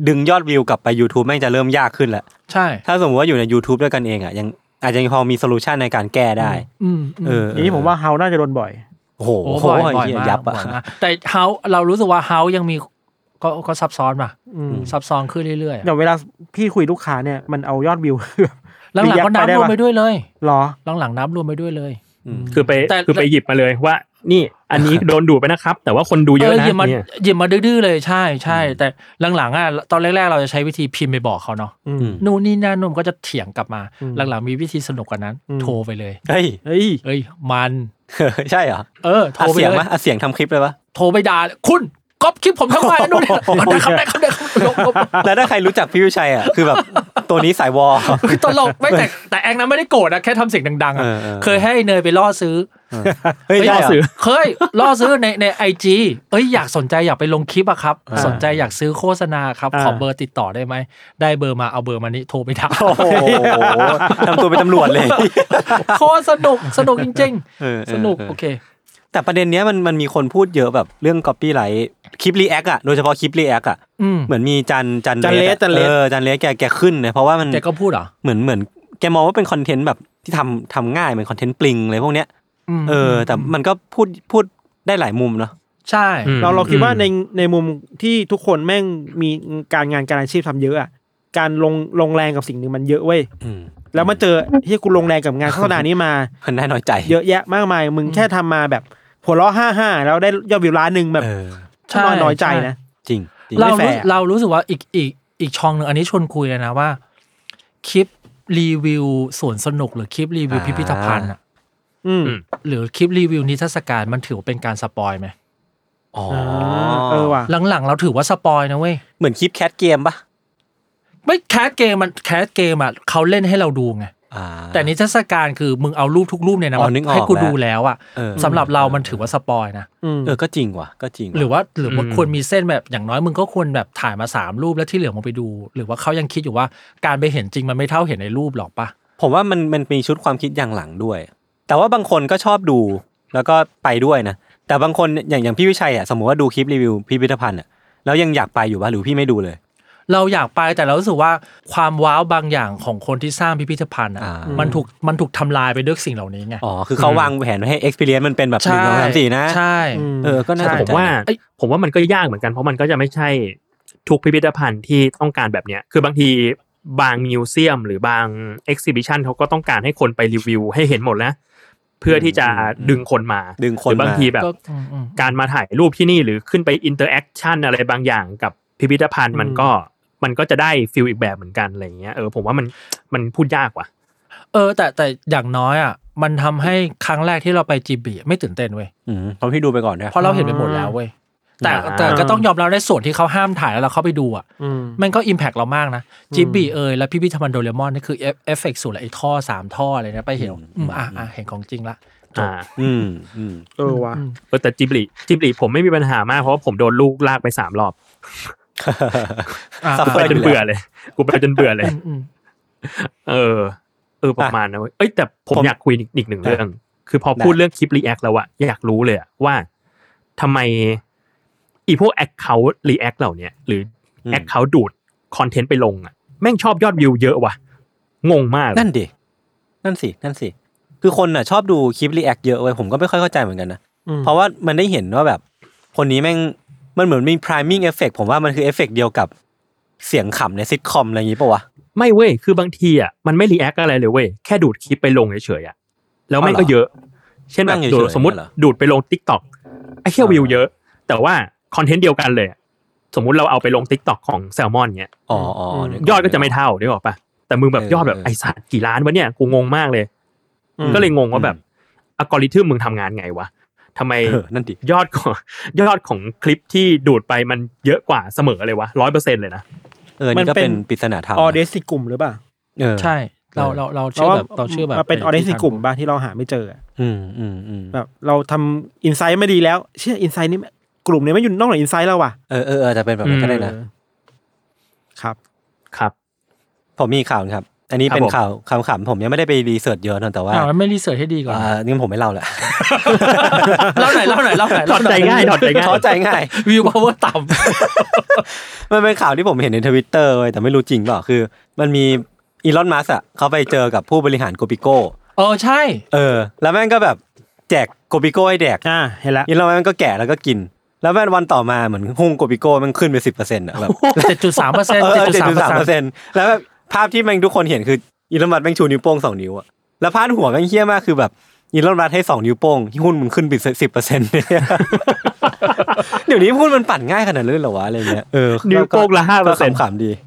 Speaker 2: ดึงยอดวิวกลับไป YouTube แม่งจะเริ่มยากขึ้นแหละ
Speaker 5: ใช่
Speaker 2: ถ้าสมมติว่าอยู่ใน YouTube ด้วยกันเองอ่ะยังอาจจะยังพอมีโซลูชันในการแก้ได้
Speaker 5: อืมอืม
Speaker 2: เออ
Speaker 3: อย่างนี้ผมว่าเฮาน่าจะโดนบ่อย
Speaker 2: โอ้โห
Speaker 5: โอ้บ่อยบ่อย
Speaker 2: เหี้
Speaker 5: มาก
Speaker 2: ยับอ่ะ
Speaker 5: บ่อยมากแต่เฮาเรารู้สึกว่าเฮายังมีก็ก็ซับซ้อนป่ะ
Speaker 3: อืม
Speaker 5: ซับซ้อนขึ้นเรื่อยๆ
Speaker 3: เดี๋ยวเวลาพี่คุยลูกค้าเนี่ยมันเอายอดวิ [laughs] ว
Speaker 5: หลังหลังๆก็นับรวมไปด้วยเลย
Speaker 3: หรอ
Speaker 5: หลังหลังๆนับรวมไปด้วยเลย
Speaker 4: คือไป
Speaker 5: แต่
Speaker 4: คือไปหยิบมาเลยว่า นี่อันนี้โดนดูดไปนะครับ แต่ว่าคนดูเยอะนะ
Speaker 5: หยิบมา
Speaker 4: เนี่ย
Speaker 5: หยิบมาดื้อๆเลยใช่ใช่แต่หลังๆอ่ะตอนแรกๆ เราจะใช้วิธีพิมพ์ไปบอกเขาเนาะ
Speaker 3: อืม
Speaker 5: นู่นนี่นั่นนุ่นก็จะเถียงกลับมา
Speaker 3: อืม
Speaker 5: หลังๆมีวิธีสนุกกว่านั้น
Speaker 3: อืม
Speaker 5: โทรไปเลย
Speaker 2: เฮ้ย [laughs]
Speaker 3: เฮ้ย
Speaker 5: เอ้ยมัน
Speaker 2: ใช่เหรอ
Speaker 5: เออโทร
Speaker 2: อัด
Speaker 5: ไป
Speaker 2: เสียง
Speaker 5: เล
Speaker 2: ไหม
Speaker 5: ย
Speaker 2: อัดเสียงทำคลิปเลยปะ
Speaker 5: โทรไปด่าเลยคุณก๊อปคลิปผมทำไมนู่นมันได้ครับได้ครับได้ครับ
Speaker 2: แล้วถ้าใครรู้จักพี่วิชัยอ่ะคือแบบ ตัวนี้สายวอล
Speaker 5: คือตลกไม่แต่แต่แองนั้นไม่ได้โกรธนะแค่ทำเสียงดังๆ
Speaker 2: เอ
Speaker 5: อ่ะ
Speaker 2: อเออ
Speaker 5: เคยให้เนยไปล่อซื้อ
Speaker 2: เฮ้ย
Speaker 5: เอ้ย
Speaker 2: ได้
Speaker 5: ล่อ
Speaker 2: เหรอ
Speaker 5: ซื้อเคยล่อซื้อในในไอจีเอ้ยอยากสนใจอยากไปลงคลิปอะครับ
Speaker 3: อ่า
Speaker 5: สนใจอยากซื้อโฆษณาครับ
Speaker 3: อ่า
Speaker 5: ขอเบอร์ติดต่อได้ไหม ได้เบอร์มาเอาเบอร์มานี่โทรไป
Speaker 2: [laughs]
Speaker 5: ถาม
Speaker 2: โอ้โหทำตัวเป็นตำรวจเลย
Speaker 5: โคตรสนุกสนุกจริง
Speaker 2: เออเออเออ
Speaker 5: ๆ สนุกโอเค
Speaker 2: แต่ประเด็นเนี้ยมันมันมีคนพูดเยอะแบบเรื่อง copyright คลิปรีแอคอะโดยเฉพาะคลิปรีแอคอะ
Speaker 5: อืม
Speaker 2: เหมือนมีจันจัน
Speaker 3: จันเลส
Speaker 2: อะ
Speaker 3: จันเลส
Speaker 2: เออจันเลสแกแกขึ้นนะเพราะว่ามัน
Speaker 5: แกก็พูดเหรอ
Speaker 2: เหมือนเหมือนแกมองว่าเป็นคอนเทนต์แบบที่ทำทำง่ายเหมือนคอนเทนต์ปลิงอะไรพวกเนี้ย
Speaker 5: ม
Speaker 2: เออแต่มันก็พูดพูดได้หลายมุมเนาะ
Speaker 5: ใช่
Speaker 4: อืม
Speaker 3: เราเราคิดว่า
Speaker 4: อืม
Speaker 3: ในในมุมที่ทุกคนแม่งมีการงานการอาชีพทำเยอะอะการลงลงแรงกับสิ่งหนึ่งมันเยอะเว้ย
Speaker 2: อืม
Speaker 3: แล้วมาเจอที่กูลงแรงกับงานโฆษณานี้มา
Speaker 2: มันน่าน้อยใจ
Speaker 3: เยอะแยะมากมาย มึงแค่ทำมาแบบหัวเราะห้าห้าแล้วได้ยอดวิวล้านหนึ่งแบบ
Speaker 2: เออ
Speaker 5: ช่
Speaker 3: น้อยน้อยใจนะ
Speaker 2: จริงจริง
Speaker 5: เรา
Speaker 2: ไม่แฟ
Speaker 5: รู้
Speaker 2: ร์
Speaker 5: เรารู้สึกว่าอีกอีกอีกช่องหนึ่งอันนี้ชวนคุยเลยนะว่าคลิปรีวิวสวนสนุกหรือคลิปรีวิวพิพิธภัณฑ์อะ
Speaker 3: อืม
Speaker 5: หรือคลิปรีวิวนิทรรศการมันถือเป็นการสปอยไหม
Speaker 2: อ๋อ
Speaker 3: อ่าเออว่ะ
Speaker 5: หลังๆ เราถือว่าสปอยนะเว้ย
Speaker 2: เหมือนคลิปแคทเกมปะ
Speaker 5: ไม่แคสเกมมันแคสเกมอ่ะเขาเล่นให้เราดูไง
Speaker 2: อ่า
Speaker 5: แต่นิทรรศการคือมึงเอารูปทุกรูปเนี่ยนะ
Speaker 2: อ๋อ
Speaker 5: มา
Speaker 2: นึกออก
Speaker 5: ให้กู
Speaker 2: แล้ว
Speaker 5: ดูแล้วอ่ะ
Speaker 2: เออ
Speaker 5: สำหรับเรามันถือว่าสปอยนะ
Speaker 3: อืม
Speaker 2: เออก็จริงว่ะก็จริงว่ะ
Speaker 5: หรือว่าหรือว่า
Speaker 4: อืม
Speaker 5: ควรมีเส้นแบบอย่างน้อยมึงก็ควรแบบถ่ายมาสามรูปแล้วที่เหลือมึงไปดู หรือว่าเขายังคิดอยู่ว่าการไปเห็นจริงมันไม่เท่าเห็นในรูปหรอกปะ
Speaker 2: ผมว่ามันมันมีชุดความคิดอย่างหลังด้วย แต่ว่าบางคนก็ชอบดูแล้วก็ไปด้วยนะ แต่บางคนอย่างอย่างพี่วิชัยอ่ะสมมติว่าดูคลิปรีวิวพิพิธภัณฑ์อ่ะแล้วยังอยากไปอยู่ป่ะหรือพี่ไม่ดูเลย
Speaker 5: เราอยากไปแต่เรารู้สึกว่าความว้าวบางอย่างของคนที่สร้างพิพิธภัณฑ์อ่ะ
Speaker 2: อ่ามั
Speaker 5: มันถูกมันถูกทำลายไปด้วยสิ่งเหล่านี้ไง
Speaker 2: อ๋อคือเขาวางแผนไว้ให้ experience มันเป็นแบบหนึ่งสองสามสี่นะ
Speaker 5: ใช่
Speaker 3: ม
Speaker 2: เออก็น่าสนใจ
Speaker 4: ผมว่า
Speaker 5: เอ้ย
Speaker 4: ผมว่ามันก็ยากเหมือนกันเพราะมันก็จะไม่ใช่ทุกพิพิธภัณฑ์ที่ต้องการแบบเนี้ยคือบางที บางมิวเซียม หรือบางเอ็กซิบิชันเขาก็ต้องการให้คนไปรีวิวให้เห็นหมดนะ เพื่อที่จะดึงคนมา
Speaker 2: ดึงคน
Speaker 4: หรือบาง
Speaker 2: มา
Speaker 4: ทีแบบ
Speaker 5: ก็อืมอืม
Speaker 4: การมาถ่ายรูปที่นี่หรือขึ้นไปอินเตอร์แอคชั่นอะไรบางอย่างกับพิพิธภัณฑ์มันก็มันก็จะได้ฟิลอีกแบบเหมือนกันอะไรอย่างเงี้ยเออผมว่ามันมันพูดยากว่ะ
Speaker 5: เออแต่แต่อย่างน้อยอ่ะมันทำให้ครั้งแรกที่เราไปจีบีไม่ตื่นเต้นเว้ย
Speaker 2: อืมผมให้ดูไปก่อนนะ
Speaker 5: เพราะเราเห็นไปหมดแล้วเว้ยแต่
Speaker 4: อ่า
Speaker 5: แต่ก็ต้องยอมรับในส่วนที่เขาห้ามถ่ายแล้วเราเข้าไปดูอ่ะ
Speaker 3: อืม
Speaker 5: มันก็อิมแพกเรามากนะจีบีเอยแล้วพี่พิธภัณฑ์โดเรมอนนี่คือเอฟเอฟเฟกต์สูตรไอ้ท่อสามท่ออะไรเนี่ยไปเห็น
Speaker 2: อืม
Speaker 5: อืมอ่ะอ่ะเห็นของจริงละ
Speaker 4: อ่า
Speaker 2: อืมอืม [laughs]
Speaker 3: เออว่ะ
Speaker 4: เออแต่จิบลิจิบลิผมไม่มีปัญหามากเพราะว่าผมโดนลูกลากไปสามรอบ
Speaker 5: อ่ะ
Speaker 2: ซัฟเฟ
Speaker 4: ไป
Speaker 2: อร์
Speaker 4: จ
Speaker 2: ยู่แล้ว
Speaker 4: นเบื่อเลยกูไปจนเบื่อเลย
Speaker 5: อืมอืม
Speaker 4: เออเออประมาณนะเว้ยเอ้ยแต่ผม
Speaker 2: ผม
Speaker 4: อยากคุยอีกอีกหนึ่ง
Speaker 2: นะ
Speaker 4: เรื่อง คือพอพูด
Speaker 2: นะ
Speaker 4: เรื่องคลิปรีแอคแล้วอะอยากรู้เลยอะว่าทำไมอีพวกแอคเคาท์รีแอคเหล่าเนี้ยหรืออแอคเคาท์ดูดคอนเทนต์ไปลงอะแม่งชอบยอดวิวเยอะว่ะ งงมากเลย
Speaker 2: นั่นดินั่นสิ นั่นสิ คือคนน่ะ ชอบดูคลิปรีแอคเยอะเว้ยผมก็ไม่ค่อยเข้าใจเหมือนกันนะ
Speaker 3: อืม
Speaker 2: เพราะว่ามันได้เห็นว่าแบบ คนนี้แม่ง มันเหมือนมี priming effect ผมว่ามันคือเอฟเฟกเดียวกับเสียงขำในซิทคอมอะไรอย่างงี้ปะวะ
Speaker 4: ไม่เว้ย คือบางทีอะมันไม่รีแอคอะไรเลยเว้ย แค่ดูดคลิปไปลงเฉยๆอะแล้วแม่งก็เยอะ เช่นแบ
Speaker 2: นั่
Speaker 4: บ
Speaker 2: งเฉยๆ
Speaker 4: ดูดสมมติ
Speaker 2: เหรอ
Speaker 4: ดูดไปลงทิกตอกไอ้แค่
Speaker 2: อ่า
Speaker 4: วิวเยอะ แต่ว่าคอนเทนต์เดียวกันเลยอะสมมุติเราเอาไปลงทิกตอกของแซลมอนเนี้ย
Speaker 2: อ๋ออ๋ออ๋อนึ
Speaker 4: ยอดก็จะไม่เท่าได้บอกปะแต่มึงแบบ
Speaker 2: เออย
Speaker 4: อดแบบ
Speaker 2: เออ
Speaker 4: ไอสัตว์กี่ล้านวะเนี่ยกูงงมากเลย ก็เลยงงว่าแบบอัลกอริทึมมึงทำงานไงวะทำไม
Speaker 2: เออนั่นดิ
Speaker 4: ยอดของ ยอดของคลิปที่ดูดไปมันเยอะกว่าเสมอเลยวะร้อยเปอร์เซ็นเลยนะ
Speaker 2: เออ นี่ก็เป็น
Speaker 3: มันเป็น
Speaker 2: ปริศนาธรรม
Speaker 3: อ
Speaker 2: นะ
Speaker 3: อเดสในกลุ่มหรือเปล่า
Speaker 2: เออ
Speaker 5: ใช่เราเราเราเชื่อแบบเราเชื่อแบบ
Speaker 3: มันเป็นออเดสในกลุ่มบ้างที่เราหาไม่เจออะ
Speaker 2: อืมอืมอืม
Speaker 3: แบบเราทำอินไซต์ไม่ดีแล้ว เชื่ออินไซต์นี่กลุ่มเนี่ยไม่อยุ่นอกเหนืออินไซต์แล้วว่ะ
Speaker 2: เออเออเออจะเป็นแบบนั้นก็ได้นะ
Speaker 3: เออครับ
Speaker 4: ครับ
Speaker 2: ผมมีข่าวนะครับ อันนี้
Speaker 4: ครับ
Speaker 2: เป็น
Speaker 4: ผม
Speaker 2: ข่าวขำๆผมยังไม่ได้ไปรีเสิร์ชเยอะนะแต่ว่า
Speaker 5: อ่าไม่รีเสิร์ชให้ดีก่อน
Speaker 2: อ่างั้นผมไม่เล่าละ
Speaker 5: เล่าหน่อยเล่าหน่อยเล่าหน่อย
Speaker 4: ถอดใจง่ายถอดใจง่าย
Speaker 2: เข้าใจง่าย
Speaker 5: วิวพาวเวอร์ต่
Speaker 2: มันเป็นข่าวที่ผมเห็นในทวิตเตอร์เลยแต่ไม่รู้จริงเปล่าคือ มันมีอีลอนมัสอะเขาไปเจอกับผู้บริหารโกปิโก้
Speaker 5: ำเออใช่ [laughs]
Speaker 2: เออ แล้วแม่งก็แบบแจกโกปิโก้ให้แดก
Speaker 3: อ่าเห็นแล้ว
Speaker 2: อีลอนมัสมันก็แกะแล้วก็กิน แล้วแม่งวันต่อมาเหมือนหุ้งโกปิโก้มันขึ้นไปสิบเปอร์เซ็นต์อะแบบ
Speaker 5: เจ็ดจุดสามเปอร์เซ็นต์
Speaker 2: เออ
Speaker 5: เจ็ดจุด
Speaker 2: เจ็ด
Speaker 5: สาม
Speaker 2: จุดสามเป
Speaker 5: เปอร์เซ็น
Speaker 2: อ
Speaker 5: ต์
Speaker 2: ร์เซ็นต์แล้วแบบภาพที่แม่งทุกคนเห็นคืออีลอนมัสแม่งชูนิ้วโป้งสองนิ้วอะแล้วพาดหัวแม่งเฮี้ยมากคือแบบอีลอนมัสให้สองนิ้วโป้งหุ้นมันขึ้นไปสิบเปอร์เซ็นต์เนี่ยเดี๋ยวนี้หุ้นมันปั่นง่ายขนาดนั้นเลยเหรอวะอะไรเงี้ยเออ
Speaker 4: นิ้วโป้งละห้าเป
Speaker 2: ก็
Speaker 4: อร์เซ็น
Speaker 2: ขำๆดี [laughs]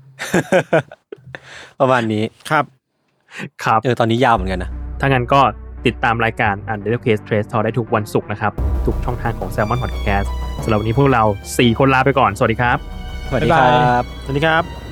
Speaker 2: ประมาณนี้
Speaker 3: ครับ
Speaker 4: ครับ
Speaker 2: เออตอนนี้ยาวเหมือนกันนะ
Speaker 4: ถ้างั้นก็ติดตามรายการ u n d e r c a s e Trace Talk ได้ทุกวันศุกร์นะครับ ทุกช่องทางของ Salmon Podcast สำหรับวันนี้พวกเราสี่คนลาไปก่อนสวัสดีครับ
Speaker 2: สวัสดีครับ
Speaker 3: สวัสดีครับ